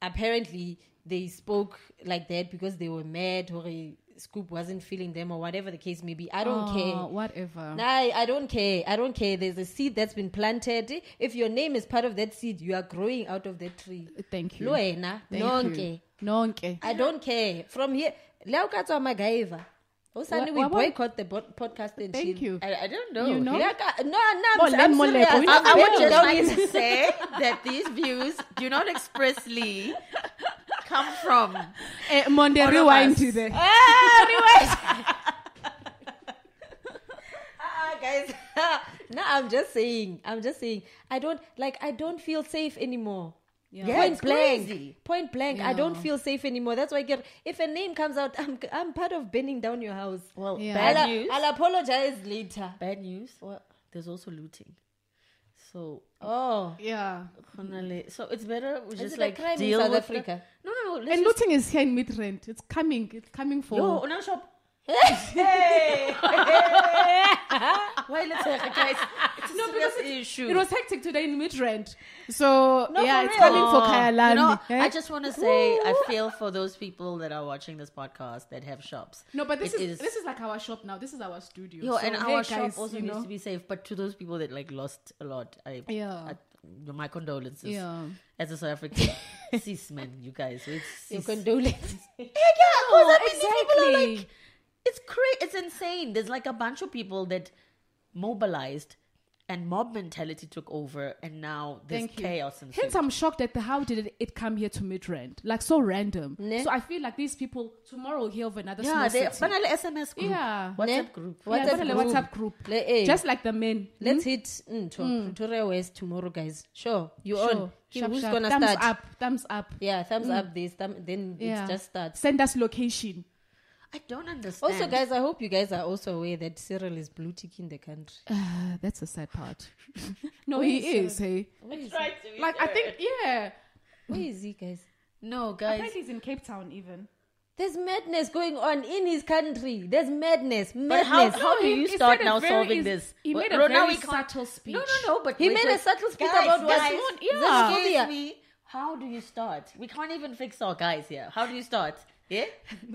S2: Apparently they spoke like that because they were mad or Scoop wasn't feeling them or whatever the case may be. I don't
S3: Oh,
S2: care.
S3: Whatever.
S2: Nah, I I don't care. I don't care. There's a seed that's been planted. If your name is part of that seed, you are growing out of that tree.
S3: Thank you.
S2: Lo wena,
S3: Thank
S2: nonke.
S3: you. Nonke.
S2: I don't care. From here, la o ka tswa Magaiva. Hosane
S3: Wa-
S2: we
S3: wa- wa-
S2: boycott the bo- podcast and
S3: Thank
S2: chill.
S3: you.
S4: I, I don't know.
S3: You know?
S2: La ka- No, no, I'm,
S3: Molemo,
S2: I'm serious.
S3: molemo.
S4: I,
S2: I'm
S4: I would
S2: very
S4: just
S2: down
S4: like to
S2: with-
S4: say (laughs) that these views do not expressly come from.
S3: Eh, Monde,
S4: All of
S3: rewind
S4: us.
S3: to the.
S2: Ah, guys. (laughs) no, I'm just saying. I'm just saying. I don't like. I don't feel safe anymore.
S4: Yeah,
S2: Point
S4: it's
S2: blank.
S4: crazy.
S2: Point blank. I don't
S3: Yeah.
S2: feel safe anymore. That's why I get, if a name comes out, I'm I'm part of burning down your house.
S4: Well,
S3: Yeah.
S4: bad
S2: I'll,
S4: news.
S2: I'll apologize later.
S4: bad news. What? There's also looting. So,
S2: Oh,
S3: Yeah.
S4: khonale- so it's better we just
S2: it a
S4: like
S2: crime in
S4: deal
S2: South
S4: with
S2: Africa?
S4: The, no, no, no. Let's
S3: And
S4: just,
S3: looting is here in Midrand. It's coming. It's coming for. (laughs)
S4: yo, on our shop. (laughs) Why let's guys? It's a
S3: No,
S4: serious
S3: because it's-
S4: issue.
S3: It was hectic today in Midrand. So
S2: No,
S3: yeah,
S2: for
S3: it's
S2: real.
S3: coming for
S4: Oh,
S3: Kayalani.
S4: You know,
S3: eh?
S4: I just want to say I feel for those people that are watching this podcast that have shops.
S3: no, but this
S4: It
S3: is, this is like our shop now. This is our studio.
S4: Yo,
S3: so,
S4: and
S3: hey,
S4: our
S3: guys,
S4: shop also
S3: you
S4: needs
S3: know.
S4: to be safe. But to those people that like lost a lot, I
S3: Yeah.
S4: I- my condolences.
S3: Yeah.
S4: as a South African, cis man, you guys. It's
S2: you
S4: cis. (laughs)
S2: condolence.
S3: (laughs)
S4: yeah, 'cause I mean, these people are
S3: Oh, exactly.
S4: like, it's crazy, it's insane. There's like a bunch of people that mobilized, and mob mentality took over, and now there's
S3: Thank you.
S4: chaos and
S3: Hence, I'm shocked at the how did it, it come here to Midrand? Like so random.
S2: Ne?
S3: So I feel like these people tomorrow will hear of another.
S4: yeah,
S3: small
S4: they
S3: city.
S4: finally SMS group,
S3: Yeah.
S4: WhatsApp
S2: Ne?
S4: group.
S3: Yeah,
S2: WhatsApp
S3: definitely
S2: group.
S3: WhatsApp group.
S2: Le- eh.
S3: Just like the men. Hmm?
S2: Let's hit mm, Nto, Pretoria West tomorrow, guys. Sure, you
S3: Sure.
S2: on? Ki-
S3: Sharp,
S2: Who's
S3: sharp.
S2: gonna
S3: thumbs
S2: start?
S3: up. Thumbs up.
S2: Yeah, thumbs up. This thumb, then
S3: Yeah.
S2: it just starts.
S3: Send us location.
S4: I don't understand.
S2: Also, guys, I hope you guys are also aware that Cyril is blue tick in the country.
S3: Uh, that's a sad
S4: (laughs)
S3: part. no, he is. Hey, like I think yeah.
S2: Where is he, guys?
S4: no,
S3: I
S4: guys.
S3: think he's in Cape Town even.
S2: There's madness going on in his country. There's madness,
S4: But how,
S2: madness.
S4: how do
S3: he-
S4: you
S3: he
S4: start
S3: said a
S4: now
S3: very-
S4: solving
S3: he's-
S4: this?
S3: he made a
S4: Well, now
S3: very
S4: we can't-
S3: subtle speech.
S4: No, no, no. But
S2: He
S4: wait,
S2: made
S4: wait.
S2: a subtle speech
S4: Guys,
S2: about what-
S4: guys,
S2: Someone-
S4: yeah.
S2: yeah.
S4: Excuse
S2: Yeah.
S4: me. How do you start? We can't even fix our guys here. How do you start? Yeah.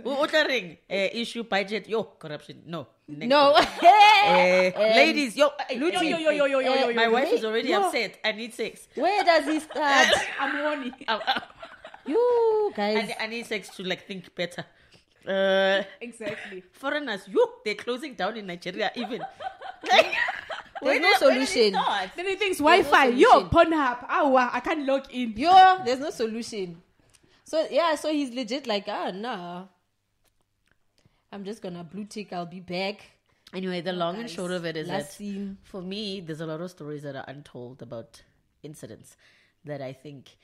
S4: Ordering uh, issue budget. Yo, corruption. No. Next
S2: No,
S4: one. Eh, ladies, yo, eh,
S3: Yo,
S4: Luti.
S3: yo, yo, yo, yo, yo,
S2: Eh,
S3: yo, yo.
S4: My wife is already
S2: Yo.
S4: upset. I need sex.
S2: where does he start?
S3: (laughs) I'm warning.
S4: (laughs) Ow, ow.
S2: you
S4: I,
S2: guys,
S4: ne- I need sex to like think better. Uh,
S3: Exactly.
S4: foreigners, yo, they're closing down in Nigeria (laughs) even. Like,
S2: There's no
S4: did- did it
S2: solution.
S4: start?
S3: Then he thinks Wi-Fi.
S2: no
S3: Yo,
S2: solution.
S3: Pornhub. Awa, I can't log in.
S2: yo, there's no solution. So yeah, so he's legit like, ah, nah. I'm just gonna blue tick. I'll be back.
S4: Anyway, the long and short of it is
S2: Last
S4: that
S2: scene.
S4: for me, there's a lot of stories that are untold about incidents that I think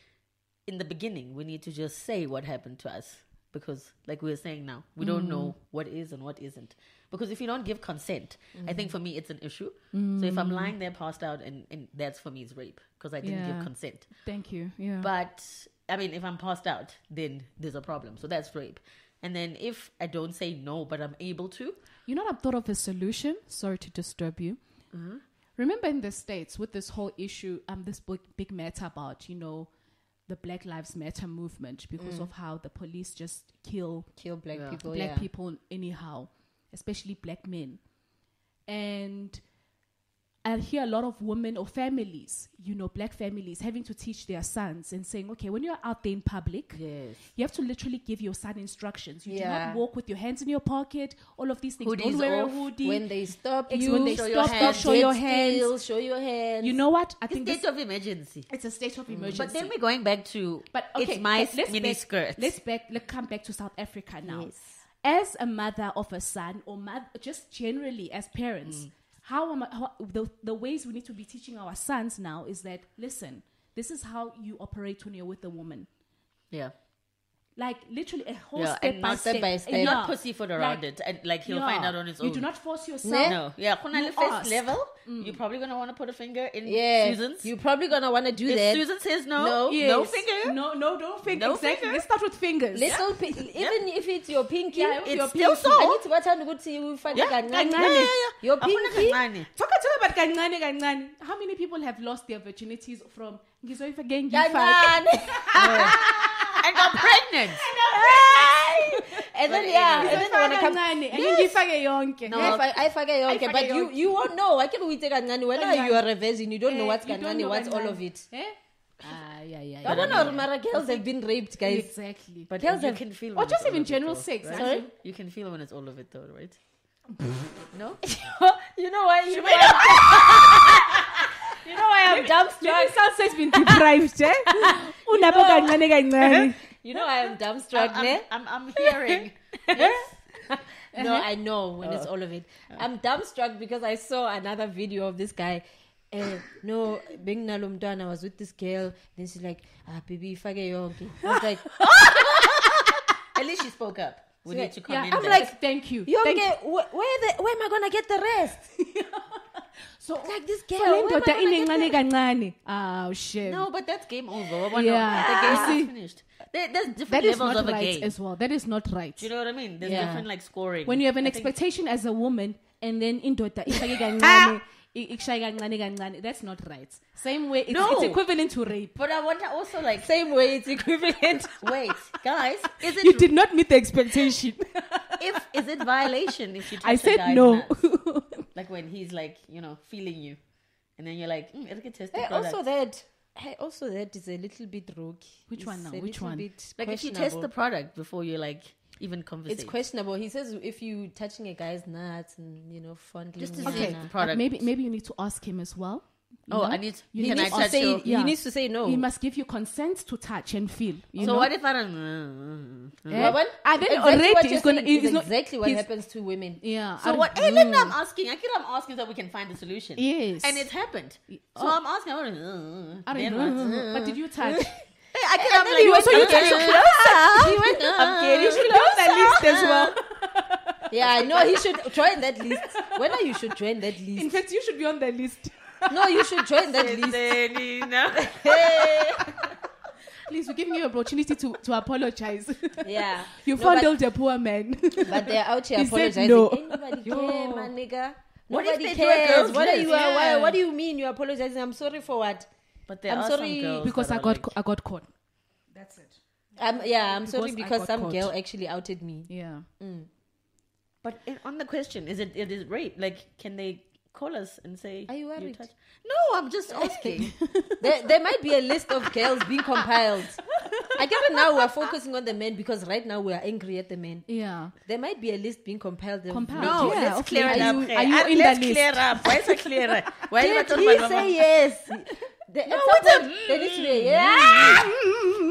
S4: in the beginning we need to just say what happened to us because, like we were saying now, we don't know what is and what isn't. Because if you don't give consent, I think for me it's an issue. So if I'm lying there passed out, and, and that's for me is rape because I didn't
S3: Yeah.
S4: give consent.
S3: Thank you. Yeah.
S4: But I mean, if I'm passed out, then there's a problem. So that's rape. And then if I don't say no, but I'm able to,
S3: You know what I've thought of a solution? Sorry to disturb you. Uh-huh. Remember in the States with this whole issue, um, this big, big matter about, you know, the Black Lives Matter movement because of how the police just Mm. kill
S2: Kill black people.
S3: black
S2: yeah.
S3: people anyhow, especially black men. And I hear a lot of women or families, you know, black families having to teach their sons and saying, okay, when you're out there in public,
S4: Yes.
S3: you have to literally give your son instructions. You do
S2: Yeah.
S3: not walk with your hands in your pocket, all of these things.
S4: Hoodies
S3: Don't wear
S4: off.
S3: a hoodie.
S2: when they stop
S3: It's
S2: you,
S3: when they
S2: show
S3: stop
S2: your
S3: you,
S2: hands,
S3: show your
S2: get
S3: hands.
S2: still, show your hands.
S3: you know what? I
S4: It's
S3: think this,
S4: state of emergency.
S3: it's a state of emergency.
S4: Mm. But then we're going back to
S3: But okay,
S4: it's my
S3: but let's
S4: mini
S3: back-
S4: skirt.
S3: Let's back. Let's come back to South Africa now.
S2: Yes.
S3: As a mother of a son, or moth- just generally as parents,
S4: Mm.
S3: how, am I, how the the ways we need to be teaching our sons now is that listen, this is how you operate when you're with a woman.
S4: yeah.
S3: Like literally a whole
S4: Yeah,
S3: step,
S4: and
S3: by
S4: not
S3: step,
S2: step by step.
S4: Not pussyfoot around it, and, like, he'll find out on his
S3: You
S4: own.
S3: do not force yourself.
S2: Ne?
S4: No, yeah. When
S3: You
S4: the first
S3: ask. Mm.
S4: level, you're probably gonna want to put a finger in
S2: yeah,
S4: Susan's.
S2: you're probably gonna want to do
S4: if
S2: that.
S4: Susan says no,
S2: No,
S4: no,
S3: Yes.
S4: finger.
S3: No, no, don't finger.
S4: No
S3: exactly.
S4: finger.
S3: Let's start with fingers.
S2: Little, pi- even if it's your pinky,
S3: Yeah, if
S4: It's
S3: your
S4: still
S3: pinky-
S4: so.
S2: I need to watch out to you find
S4: Yeah,
S2: kancane.
S4: kancane, yeah, yeah, yeah.
S2: Your
S4: Akuna
S2: pinky.
S4: kancane.
S3: Talk to me about kancane, kancane. How many people have lost their virginities from ngizoyifa
S4: (laughs)
S3: ngengiyifaka?
S2: kancane.
S4: and got pregnant.
S2: (laughs) and then
S4: But
S2: yeah,
S4: anyway.
S2: and then they wanna come.
S3: kancane ngiyifake yonke.
S4: No,
S2: Yeah, if I, I forget okay,
S3: I
S2: but
S3: forget
S2: you
S3: yonke.
S2: you won't know. I can we take Kanani when
S3: Kancane.
S2: you are a virgin, you don't know
S3: Eh,
S2: what's
S3: you don't
S2: Kanani,
S3: know
S2: what's all
S3: kancane.
S2: of it.
S3: Eh? Ah, yeah, yeah,
S2: I
S3: yeah.
S2: don't know, Mara girls have been raped, guys.
S3: Exactly.
S4: But
S2: Girls
S4: you
S2: have-
S4: can feel.
S3: Or
S4: when
S3: just
S4: it's all
S3: even
S4: of it,
S3: general
S4: though,
S3: sex.
S4: right?
S3: Sorry?
S4: You can feel when it's all of it, though, right? no.
S2: (laughs) you know why? You know why (laughs)
S3: You know why
S2: I'm dumbstruck.
S3: Maybe South has been deprived, eh? Unabo kancane kancane.
S2: You know why I'm
S4: I'm,
S2: dumbstruck,
S4: I'm,
S2: ne?
S4: I'm, I'm hearing.
S2: No, I know when it's all of it. I'm dumbstruck because I saw another video of this guy. Uh, no, being Nalumdan, I was with this girl. Then she's like, ah, baby, fage yonke. I was like,
S4: (laughs) At least she spoke up. We need to
S3: Yeah,
S4: comment.
S3: I'm
S4: that.
S3: like, thank you. Thank you.
S2: yonke, wh- where, the, where am I gonna get the rest? (laughs)
S3: So,
S2: Like this girl.
S3: so
S2: where
S3: le
S2: am I
S3: ndoda
S2: gonna get
S3: inencane kancane. Oh, shit.
S4: no, but that's game over. Well,
S3: Yeah.
S4: no, the game
S3: See,
S4: is finished. There, there's different
S3: That is
S4: levels
S3: not
S4: of a
S3: right
S4: game.
S3: as well. That is not right.
S4: Do you know what I mean? There's
S2: Yeah.
S4: different like scoring.
S3: when you have an
S4: I think-
S3: expectation as a woman and then indoda ifake kancane i- ikushaye kancane kancane that's not right same way it's,
S4: No.
S3: it's equivalent to rape
S4: But I wonder also like
S2: Same way, it's
S3: (laughs)
S2: equivalent. (laughs)
S4: wait, guys, is
S3: you
S4: it
S3: did not meet the expectation
S4: if is it violation if you touch
S3: i
S4: a
S3: said
S4: guy's
S3: no (laughs)
S4: nuts? Like when he's like, you know, feeling you. And then you're like, mm, it'll get tested.
S2: Eh,
S4: product.
S2: also that. eh, also, that is a little bit rogue.
S3: Which one now? Which one?
S4: like if you test the product before you like even conversate.
S2: It's questionable. He says if you touching a guy's nuts and you know fondling,
S4: Just to
S2: your
S4: see
S3: okay Uh,
S4: the
S2: nuts.
S4: product.
S3: maybe maybe you need to ask him as well
S4: Oh, I need
S3: You
S4: can
S3: need
S4: I
S3: to
S4: touch
S2: say
S4: your,
S2: He needs to say no.
S3: he must give you consent to touch and feel you
S4: So
S3: know?
S4: what if I uh, don't
S3: Eh?
S2: Well, well,
S3: and then
S2: exactly what
S3: already
S2: you're
S3: it's gonna
S2: saying
S3: it's
S2: is
S3: not-
S2: exactly what
S3: he's-
S2: happens to women.
S3: yeah
S4: So
S3: I-
S4: what and then I'm asking, I keep I'm asking so that we can find a solution.
S3: Yes. oh.
S4: And it's happened. So I'm asking I don't
S3: I
S4: then
S3: don't
S4: what?
S3: know. but did you touch
S4: Hey, I can I'm
S2: then
S4: like,
S2: you
S4: wait,
S2: also- you
S4: I'm
S2: touch your
S3: (laughs)
S4: getting-
S2: (laughs)
S4: He went,
S2: I'm getting
S4: uh,
S2: close.
S3: that
S2: (laughs)
S3: list as well
S2: Yeah, I know he should join that list. When are you should join that
S3: in (laughs)
S2: list?
S3: fact you should be on the list
S2: No, you should join that list.
S4: Selena.
S3: please we're giving you an opportunity to to apologize
S2: Yeah,
S3: You
S2: No,
S3: fondled a poor man.
S2: but, but they're out here
S3: He said
S2: apologizing.
S3: no.
S2: Ain't nobody care, my nigga.
S4: What if
S2: Nobody
S4: they do a
S2: cares.
S4: girl's
S2: What are
S4: list?
S2: you? uh,
S3: Yeah.
S2: Why, what do you mean you're apologizing? I'm sorry for what?
S4: But there
S2: I'm
S4: are
S2: sorry.
S4: some girls
S3: (laughs) because
S4: that
S3: I
S4: are
S3: got
S4: like-
S3: ca- I got caught. That's it.
S2: Um, yeah, I'm sorry
S3: Because I
S2: because
S3: got
S2: some
S3: caught.
S2: girl actually outed me.
S3: Yeah.
S4: But in- on the question, is it it is rape? Like, can they call us and say?
S2: Are you worried?"
S4: touch- No, I'm
S3: (laughs)
S4: just asking. (laughs)
S2: there, there might be a list of girls being compiled. I get it now we're focusing on the men because right now we are angry at the men.
S3: Yeah.
S2: There might be a list being compiled. of-
S3: Compiled.
S4: no,
S3: Yeah,
S4: let's
S3: okay.
S4: clear it
S3: Are
S4: up.
S3: you-
S4: hey.
S3: are you
S4: Uh,
S3: in the
S4: let's
S3: list?
S4: clear up. Why is it clear?
S3: (laughs)
S4: up? Why are you
S2: Did
S4: talking
S2: he
S4: about
S2: say yes? The, no,
S4: what's
S2: some,
S4: up?
S2: point, there needs to be
S4: mm.
S2: a yeah.
S4: (laughs)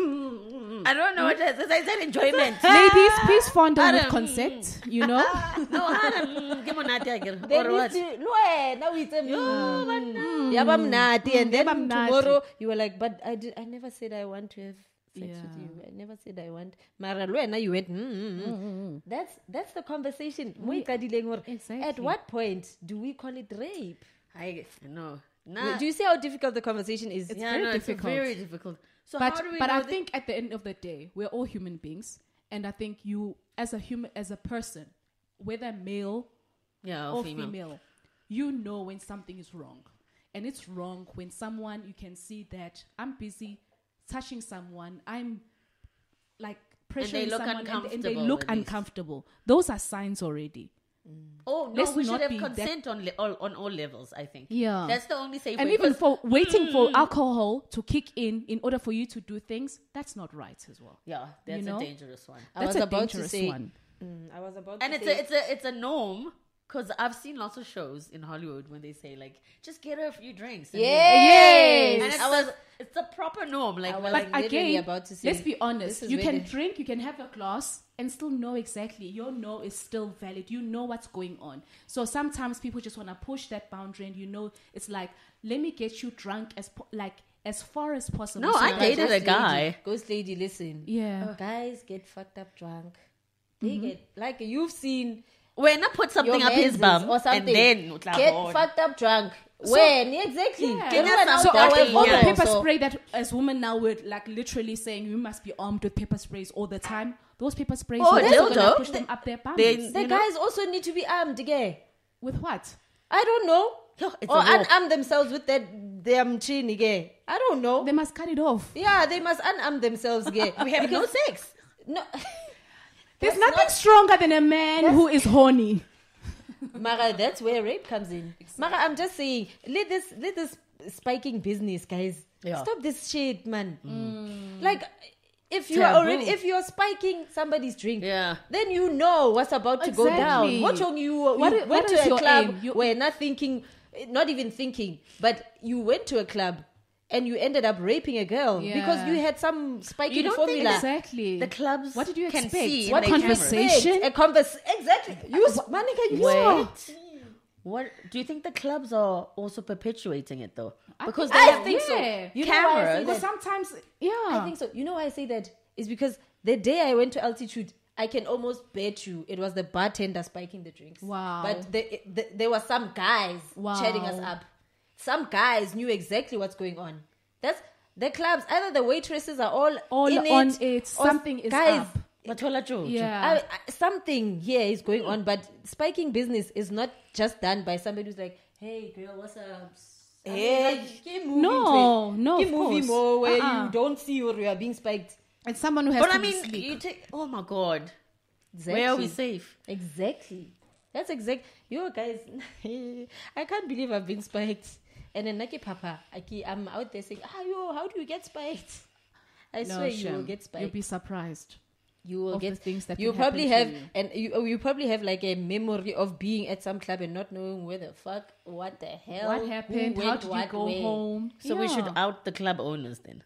S4: I don't know what it is. I said
S3: (laughs)
S4: enjoyment.
S3: Ladies, please fondle with
S4: Ah! Adam.
S3: consent. You know. (laughs)
S4: no, Adam, mm, give me nothing again.
S2: There
S4: Or what?
S2: needs to no, eh, now it's a mm. yeah, but I'm naughty. And then
S3: I'm naughty.
S2: tomorrow you were like, but I did. I never said I want to have sex
S3: Yeah.
S2: with you. I never said I want. Mara lo wena, you went. Mm, mm, mm. That's that's the conversation. Mo iqadileng hore, At
S3: Exactly.
S2: what point do we call it rape?
S4: I no.
S3: Ah.
S4: Nah.
S2: Do you see how difficult the conversation is?
S4: yeah,
S3: very
S4: no,
S3: difficult.
S4: It's very difficult. So
S3: but
S4: how do we
S3: but
S4: know
S3: I
S4: thi-
S3: think at the end of the day, we're all human beings, and I think you, as a human, as a person, whether male
S4: yeah,
S3: or
S4: female.
S3: female. you know when something is wrong. And it's wrong when someone, you can see that I'm busy touching someone, I'm like pressuring
S4: look
S3: someone, and, and they
S4: uncomfortable
S3: look
S4: with this.
S3: uncomfortable. Those are signs already.
S4: Oh no,
S3: Let's
S4: we should
S3: not
S4: have
S3: be that-
S4: consent on le- all, on all levels. I think.
S3: Yeah.
S4: that's the only safe.
S3: and
S4: way,
S3: even
S4: 'cause-
S3: for waiting for alcohol to kick in in order for you to do things, that's not right as well.
S4: yeah, that's
S3: know?
S4: a dangerous one.
S2: I was
S3: That's a
S2: about to
S3: dangerous
S2: say-
S3: one.
S2: Mm, I was about
S4: And
S2: to
S4: it's
S2: say,
S4: a it's a it's a norm because I've seen lots of shows in Hollywood when they say like just get her a few drinks. and then-
S2: yes.
S4: and it's,
S2: I was
S4: a, it's a proper norm. Like,
S2: I
S4: well,
S2: was
S4: like
S3: But
S2: literally
S3: again,
S2: about to say,
S3: let's be honest.
S2: this is
S3: You
S2: where
S3: can
S2: the-
S3: drink, you can have your glass, and still know exactly your no is still valid. You know what's going on. So sometimes people just want to push that boundary, and you know it's like, let me get you drunk as po- like as far as possible.
S4: No,
S3: so
S4: I
S3: that-
S4: dated
S2: Ghost
S4: a guy.
S2: Lady, ghost lady, listen.
S3: Yeah. Mm-hmm.
S2: Uh, guys get fucked up drunk. They get like you've seen
S4: when I put
S2: your
S4: something up his
S2: menses
S4: bum
S2: or something.
S4: and then
S2: get
S4: Utlabona.
S2: fucked up drunk. when exactly?
S3: Yeah.
S2: Everyone
S4: Get us
S2: out
S3: So
S4: some
S2: there
S3: all,
S4: fucking
S2: with
S3: the- all the
S4: yeah.
S2: bottles,
S3: pepper
S2: so-
S3: spray that as women now would like literally saying you must be armed with pepper sprays all the time. Those pepper sprays
S4: Or
S2: Oh,
S3: are also
S4: dildo.
S3: gonna push them
S4: They-
S3: up their bums.
S4: they-
S2: The
S4: you know?
S2: guys also need to be armed, gay.
S3: with what?
S2: I don't know.
S4: Yo, it's
S2: or
S4: a war.
S2: unarm themselves with that damn chin, gay. I don't know.
S3: They must cut it off.
S2: yeah, they must unarm themselves, gay.
S4: (laughs) we have no sex.
S2: no.
S3: There's
S2: That's
S3: nothing
S2: not-
S3: stronger than a man who is horny.
S2: Mara, that's where rape comes in. Mara, I'm just saying, let this let this spiking business, guys.
S4: Yeah.
S2: Stop this shit, man. Mm. Like, if you are already
S3: Mm. Taboo.
S2: if you are spiking somebody's drink,
S4: Yeah.
S2: then you know what's about to go down.
S3: Exactly.
S2: What on you?
S3: What
S2: you
S3: i-
S2: went
S3: what
S2: to
S3: is
S2: a
S3: your
S2: club
S3: aim? You-
S2: where not thinking, not even thinking, but you went to a club. And you ended up raping a girl because
S3: Yeah.
S2: you had some spiking
S4: don't think
S2: formula.
S4: Yeah.
S3: Exactly.
S4: The clubs
S3: What did you
S4: can
S3: expect?
S4: see in
S3: what
S4: their
S3: conversation?
S2: a convers exactly. You, s- Manika, you saw.
S4: Wait. What do you think the clubs are also perpetuating it though?
S3: I
S4: Because
S3: think-
S4: they
S3: I
S4: have
S3: think so.
S4: yeah,
S2: You know why I say
S4: cameras.
S3: Because sometimes, yeah.
S2: I think so. You know why I say that? It's because the day I went to altitude, I can almost bet you it was the bartender spiking the drinks.
S3: Wow.
S2: But the, the, there were some guys
S3: Wow.
S2: chatting us up. Some guys knew exactly what's going on. That's the clubs. Either the waitresses are all
S3: All
S2: in
S3: on
S2: it,
S3: it.
S2: or
S3: Something is
S2: guys,
S3: up.
S4: Matola George.
S3: Yeah.
S2: I, I, something here is going on, but spiking business is not just done by somebody who's like, "Hey, girl, what's up?" I mean,
S4: Hey.
S2: like, keep moving
S3: Eh, No,
S2: to it.
S3: no,
S2: keep
S3: of
S2: moving
S3: course.
S2: more where
S3: Uh-uh.
S2: you don't see where you are being spiked.
S3: and someone who has
S4: But
S3: to
S4: I mean,
S3: be sleek.
S4: you take. Oh my god,
S2: Exactly.
S4: where are we safe?
S2: Exactly. That's exact. You guys, (laughs) I can't believe I've been spiked. And then, like, Papa, I keep- I'm out there saying, ah, yo, how do you get spiked? I
S3: No,
S2: swear you
S3: Shem,
S2: will get
S3: You'll
S2: spiked.
S3: be surprised.
S2: you will
S3: of
S2: get
S3: the things that
S2: you
S3: can happen
S2: probably
S3: to
S2: have,
S3: you.
S2: and you you probably have like a memory of being at some club and not knowing where the fuck, what the hell,
S3: What
S2: who
S3: happened? How
S2: went
S3: did you
S2: what
S3: go
S2: way.
S3: home?
S4: So we should
S3: Yeah.
S4: out the club owners then.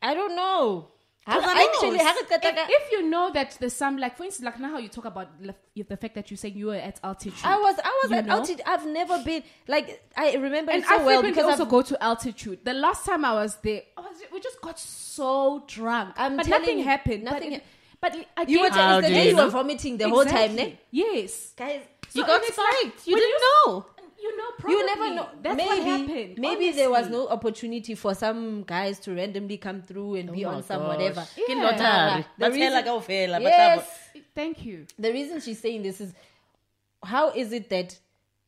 S2: I don't know. I,
S4: 'Cause I
S2: actually,
S4: knows.
S2: Harry Kataka-
S3: If, if you know that there's some, like, for instance, like now how you talk about lef- if the fact that you saying you were at altitude.
S2: I was I was
S3: You
S2: at
S3: know?
S2: altitude. I've never been like I remember
S3: and
S2: it so
S3: I
S2: well
S3: frequently
S2: because
S3: also
S2: I've
S3: go to altitude. The last time I was there, I was, we just got so drunk.
S2: I'm
S3: but
S2: telling
S3: nothing
S2: you,
S3: happened.
S2: nothing
S3: But,
S2: ha-
S3: but again,
S2: You were
S4: How
S2: telling the
S4: do
S2: day
S4: you
S2: you were
S4: know?
S2: vomiting the whole time, ne?
S3: Exactly. Yes.
S2: Guys,
S4: You
S3: So
S4: got
S3: it's like
S4: spiked. You
S3: when
S4: didn't know.
S3: You know, probably.
S2: you never know.
S3: That's
S2: maybe,
S3: what happened.
S2: Maybe there was
S3: honestly.
S2: no opportunity for some guys to randomly come through and be
S4: Oh my
S2: on some
S4: gosh.
S2: whatever.
S4: Ke
S3: Yeah.
S4: lottery.
S2: The
S4: But
S2: reason-
S4: fela kaofela, but
S2: Yes.
S4: labo-
S3: Thank you.
S2: The reason she's saying this is how is it that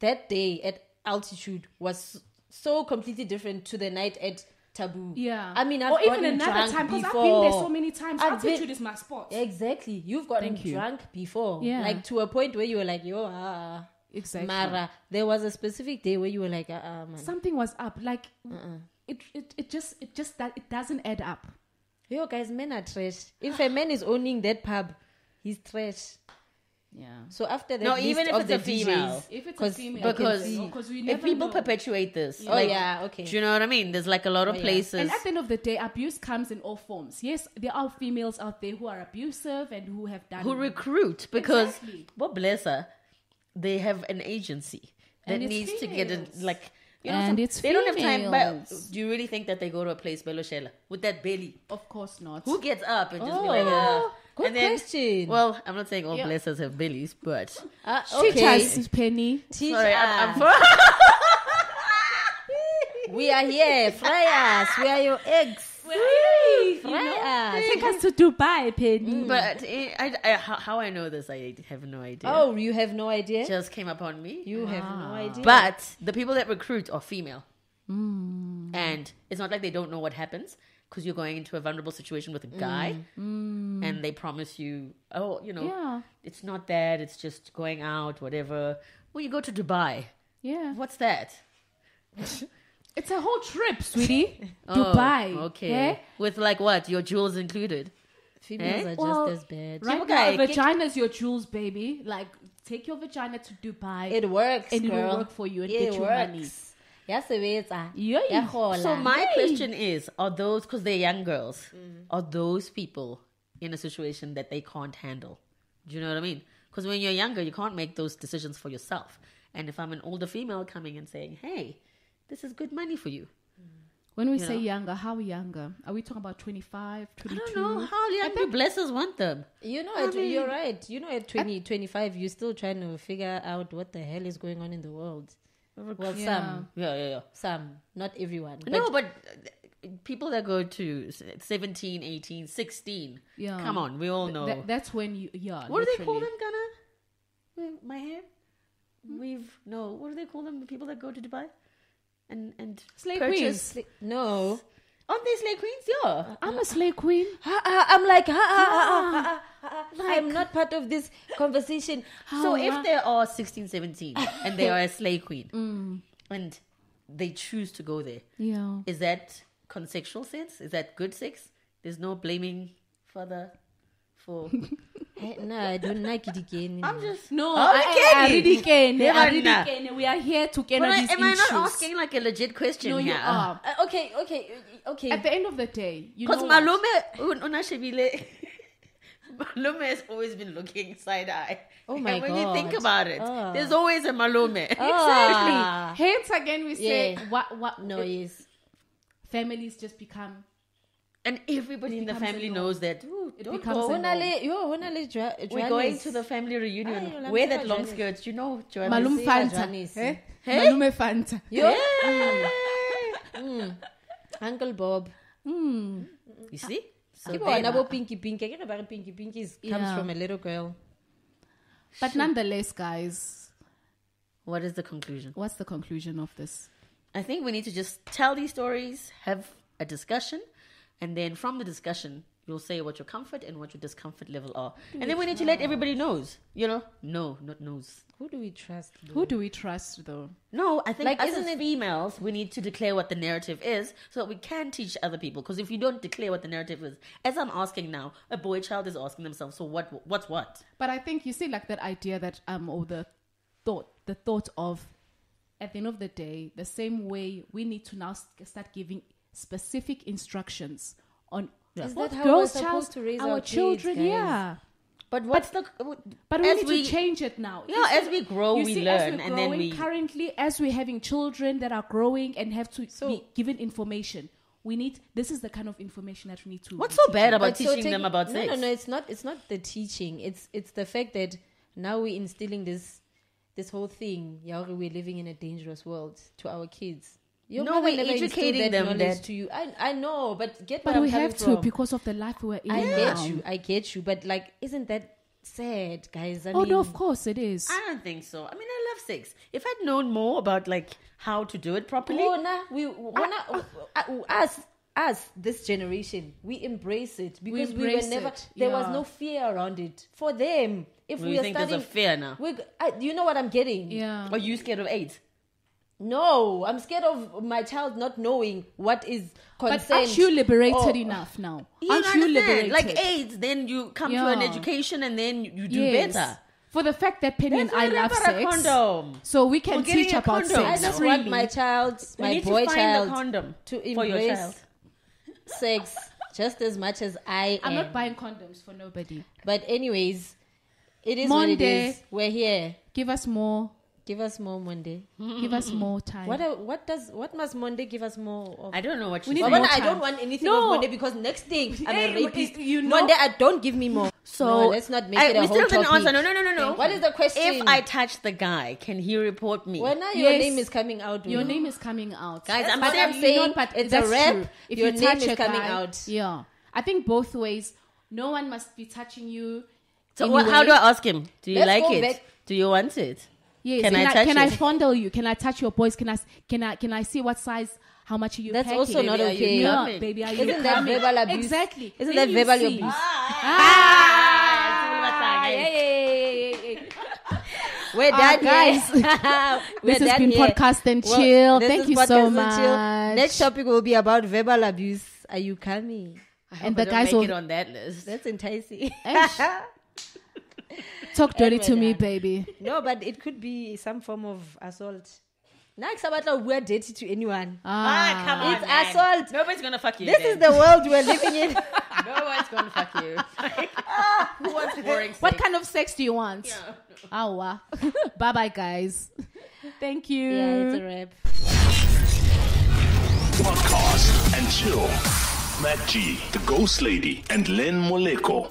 S2: that day at altitude was so completely different to the night at Taboo?
S3: Yeah.
S2: I mean, I've
S3: or even
S2: gotten
S3: another
S2: drunk
S3: time because I've
S2: before.
S3: been there so many times.
S2: I've been-
S3: altitude is my spot.
S2: Exactly. You've gotten
S3: Thank you.
S2: drunk before.
S3: Yeah.
S2: Like to a point where you were like, yo, ah.
S3: Exactly.
S2: Mara, there was a specific day where you were like, uh, uh, man.
S3: Something was up. Like it, it, it just, it just that it doesn't add up.
S2: Yo, guys, men are trash. If a man is owning that pub, he's trash.
S3: Yeah.
S2: So after that,
S4: No,
S2: list
S4: even if
S2: of
S4: it's
S2: the
S4: a female.
S2: DJs,
S3: If it's a
S2: 'Cause-
S3: female,
S2: I can
S4: because
S2: see.
S3: because oh, we
S4: if
S3: never
S4: people
S3: know.
S4: perpetuate this,
S2: Oh,
S4: Oh, like,
S2: yeah, okay.
S4: Do you know what I mean? There's like a lot of
S2: Oh, yeah.
S4: places.
S3: And at the end of the day, abuse comes in all forms. Yes, there are females out there who are abusive and who have done
S4: who recruit because
S3: Exactly.
S4: what bless her, they have an agency that
S3: And it's
S4: needs to get it
S3: females.
S4: like you know
S3: And
S4: some-
S3: it's
S4: they don't have time. But
S3: females.
S4: do you really think that they go to a place Beloshela with that belly?
S3: Of course not.
S4: Who gets up and just be
S2: Oh,
S4: like, ah.
S2: good
S4: and then,
S2: question.
S4: Well, I'm not saying all
S3: Yeah.
S4: blessers have bellies, (laughs) but
S2: uh,
S3: Teach
S2: okay.
S3: us, Penny.
S2: Teach
S4: sorry,
S2: us.
S4: I'm, I'm
S2: we are here. Fry us. We are your eggs.
S3: Hey,
S2: Fry us.
S3: Take
S4: (laughs)
S3: us to Dubai, Penny.
S4: (laughs) but eh, I, I, how, how I know this, I have no idea.
S2: Oh, you have no idea?
S4: just came upon me.
S2: you have no idea. Mm.
S4: But the people that recruit are female. And it's not like they don't know what happens. because you're going into a vulnerable situation with a guy
S2: Mm.
S4: and they promise you, oh, you know,
S3: Yeah.
S4: it's not that, it's just going out, whatever. Well, you go to Dubai.
S3: Yeah.
S4: What's that?
S3: It's a whole
S4: (laughs)
S3: trip, sweetie.
S4: Oh,
S3: Dubai.
S4: okay.
S3: eh?
S4: With like what? Your jewels included.
S2: Females are
S4: Eh?
S2: just
S3: Well,
S2: as bad.
S3: Right
S4: Okay,
S3: now,
S4: kick-
S3: vagina's your jewels, baby. Like, take your vagina to Dubai.
S2: It works,
S3: And it will
S2: girl.
S3: work for you and
S2: It
S3: get you money.
S2: works. Yes, it is. ah.
S3: Yeah.
S2: Yahola.
S4: So my question is: Are those because they're young girls? Are those people in a situation that they can't handle? Do you know what I mean? Because when you're younger, you can't make those decisions for yourself. And if I'm an older female coming and saying, "Hey, this is good money for you,"
S3: When we
S4: You
S3: say
S4: know?
S3: younger, how younger? Are we talking about 25,
S4: I
S3: 22?
S4: don't know how young people blessers want them.
S2: You know, at, you're right. You know, at 20, 25, you're still trying to figure out what the hell is going on in the world. Well,
S3: Yeah.
S2: some,
S4: Yeah, yeah, yeah.
S2: some, not everyone.
S4: no, but uh, people that go to s- 17, 18, 16.
S3: Yeah.
S4: Come on, we all know.
S3: Tha- that's when you, yeah.
S4: what do they call
S3: literally.
S4: them, Ghana? Wait, My hair? We've no. What do they call them? The people that go to Dubai, and and
S3: Slay
S2: purchase,
S3: queens.
S2: sli- no.
S4: aren't they slay queens? Yeah.
S3: I'm a slay queen.
S2: Ha, ha, I'm like, ha, ha, ha, ha, ha, ha, ha, I'm not part of this conversation.
S4: so
S3: Oh,
S4: if
S3: wow.
S4: they are 16, 17, and they are (laughs) a slay queen, and they choose to go there,
S3: Yeah.
S4: is that consensual sex? Is that good sex? There's no blaming father for.
S2: Eh, no, I don't like it again.
S4: (laughs) I'm (laughs) just
S3: No,
S4: Oh,
S3: I, I, I
S4: Kenny.
S3: really can.
S4: Never
S3: I really
S4: nah.
S3: can. We are here to get
S4: But I,
S3: these
S4: am
S3: issues.
S4: I not asking like a legit question
S3: No, you
S4: here?
S3: are.
S2: Uh, okay, okay, okay.
S3: At the end of the day, you know
S4: Because
S3: what?
S4: Malume un- (laughs) unashibile. Malume has always been looking side eye.
S2: Oh my
S4: and when you think
S2: God.
S4: about it,
S2: Ah.
S4: there's always a Malume.
S2: Ah.
S3: Hence, again, we say
S2: Yeah.
S3: what what eh,
S2: No, yes.
S3: families just become
S4: (laughs) And everybody in the
S3: becomes
S4: family
S3: a norm.
S4: knows that. Ooh,
S3: It
S4: don't
S3: becomes
S4: go.
S3: a
S2: Ho
S3: norm.
S2: na le- yo, ho na le jwa-
S4: We're
S2: jwanis.
S4: going to the family
S2: Ay,
S4: reunion.
S2: ulambiwa
S4: Wear that long
S2: Janice.
S4: skirt. You know, Joanne.
S3: Malum
S2: Malume
S3: Fanta.
S2: Janice.
S3: Eh?
S4: Hey?
S3: Malume Fanta.
S2: Yo,
S4: Yeah.
S2: Uncle Bob.
S4: You see? So
S2: Ke
S4: then-
S2: bona bo Pinky Pinky. Akere ba re Pinky Pinky is- comes
S3: Yeah.
S2: from a little girl.
S3: But nonetheless, guys,
S4: what is the conclusion?
S3: what's the conclusion of this?
S4: I think we need to just tell these stories, have a discussion, and then from the discussion, you'll say what your comfort and what your discomfort level are. And then we need to let everybody knows, you know? No, not knows.
S2: Who do we trust? though?
S3: Who do we trust, though?
S4: No, I think
S2: Like,
S4: us
S2: isn't
S4: as
S2: it-
S4: females, we need to declare what the narrative is so that we can teach other people. Because if you don't declare what the narrative is, as I'm asking now, a boy child is asking themselves, so what, what's what?
S3: But I think you see, like that idea that um, or the thought, the thought of, at the end of the day, the same way we need to now s- start giving specific instructions on
S2: Is
S3: what
S2: that how
S3: girls'
S2: we're
S3: child-
S2: supposed to raise our kids,
S3: children,
S2: guys?
S3: yeah.
S4: But what's the.
S3: But we
S4: as
S3: need to change it now.
S4: Yeah,
S3: You see-
S4: as we grow,
S3: you
S4: we
S3: see, as we're
S4: learn, and then
S3: growing
S4: we-
S3: currently, as we're having children that are growing and have to
S2: So-
S3: be given information, we need. This is the kind of information that we need to.
S4: What's so
S3: to
S4: bad
S3: teach.
S4: about
S2: But so
S4: teaching
S2: take-
S4: them about
S2: no,
S4: sex?
S2: No, no, It's not. It's not the teaching. It's it's the fact that now we're instilling this this whole thing. Yeah, we're living in a dangerous world to our kids. Your
S4: No,
S2: mother
S4: we're
S2: never instilled
S4: educating
S2: that
S4: them
S2: knowledge
S4: that-
S2: to you. I I know, but get
S3: But
S2: what
S3: we
S2: I'm coming
S3: have to
S2: from.
S3: because of the life we're in.
S2: I
S3: now.
S2: get you. I get you. But like, isn't that sad, guys? I
S3: Oh
S2: mean,
S3: no, of course it is.
S4: I don't think so. I mean, I love sex. If I'd known more about like how to do it properly,
S2: Oh, nah, we wanna us us this generation we embrace it because we,
S3: embrace
S2: were never
S3: it,
S2: there was
S3: yeah.
S2: no fear around it for them. If
S4: Well,
S2: we
S4: you
S2: are
S4: think there's a
S2: studying
S4: fear now?
S2: we, I, you know what I'm getting?
S3: yeah.
S4: are you scared of AIDS?
S2: No, I'm scared of my child not knowing what is consent.
S3: But aren't you liberated
S2: or-
S3: enough now?
S4: Oh. You
S3: aren't you
S4: understand?
S3: liberated?
S4: Like AIDS, then you come to an
S3: Yeah.
S4: education and then you do
S3: Yes.
S4: better.
S3: For the fact that Penny and
S4: That's
S3: I
S4: why
S3: love
S4: about a
S3: sex,
S4: condom.
S3: so we can
S4: We're getting
S3: teach
S4: a
S3: about
S4: condom.
S2: I
S3: sex.
S2: just
S3: really.
S2: want my child, my
S4: you need
S2: boy
S4: to find
S2: child,
S4: a condom
S2: to
S4: for your
S2: embrace
S4: child.
S2: sex just as much as I
S3: I'm
S2: am.
S3: not buying condoms for nobody.
S2: but anyways, it is what it
S3: Monday.
S2: is. We're here.
S3: Give us more.
S2: Give us more Monday.
S3: Give us more time.
S2: What are- what does what must Monday give us more of?
S4: I don't know what
S3: We
S4: you
S3: need
S2: Well,
S4: need.
S3: more
S2: when I
S3: time.
S2: don't want anything
S3: No.
S2: of Monday because next thing I'm a
S3: Hey,
S2: rapist.
S3: you know-
S2: Monday, I don't give me more.
S4: So
S2: No, let's not make
S4: I-
S2: it a
S4: we
S2: whole
S4: still didn't
S2: topic.
S4: answer. No, no, no, no, no.
S2: What is the question?
S4: If I touch the guy, can he report me?
S2: When your
S3: Yes.
S2: name is coming out,
S3: Your
S2: Winnie.
S3: name is coming out.
S4: Guys, I'm
S2: what
S4: saying-
S2: Mm-hmm. I'm
S3: You know,
S2: saying,
S3: but
S2: it's
S3: that's
S2: a rap.
S3: true. If
S2: your
S3: you
S2: name
S3: touch
S2: is
S3: a
S2: coming
S3: guy-
S2: out.
S3: Yeah. I think both ways. No one must be touching you.
S4: so
S3: in
S4: what, how
S3: ways-
S4: do I ask him? Do you
S2: Let's
S4: like
S2: go
S4: it?
S2: back-
S4: Do you want it?
S3: Yes.
S4: Can
S3: Can,
S4: I
S3: I,
S4: touch
S3: can
S4: it?
S3: I fondle you? Can I touch your boys? Can I s- can I can I see what size how much are you
S2: That's
S3: packing?
S2: also not
S3: Baby, are you
S2: okay.
S3: not-
S4: coming?
S3: baby, are you
S2: Isn't that
S3: coming?
S2: verbal abuse?
S3: Exactly.
S2: Isn't
S3: Then
S2: that
S3: you
S2: verbal
S3: see.
S2: abuse?
S4: Ah,
S2: yeah,
S4: guys.
S2: yeah, yeah, yeah, yeah, yeah. We're
S3: Ah,
S2: done,
S3: guys.
S2: guys. (laughs)
S3: This has been Podcast and Chill. Thank you so much.
S2: Next topic will be about verbal abuse. Are you coming?
S4: I
S3: And
S4: hope
S3: the
S4: I don't
S3: guys
S4: make
S3: will-
S4: it on that list.
S2: That's enticing.
S3: Ash. Talk dirty to me,
S2: done.
S3: baby.
S2: (laughs) no, but it could be some form of assault. Next about we're dirty to anyone.
S4: Ah,
S3: Ah,
S4: come on.
S2: It's
S4: man.
S2: assault.
S4: Nobody's gonna fuck you.
S2: This is the world we're living in. Ah.
S4: the (laughs) no one's gonna fuck
S2: (laughs)
S4: you. Who wants boring sex?
S3: what kind of sex do you want? Ah, wow. (laughs) bye bye, guys. Thank you.
S2: yeah, it's a wrap.
S1: Podcast and Chill. Matt G, The Ghost Lady, and Len Moleko.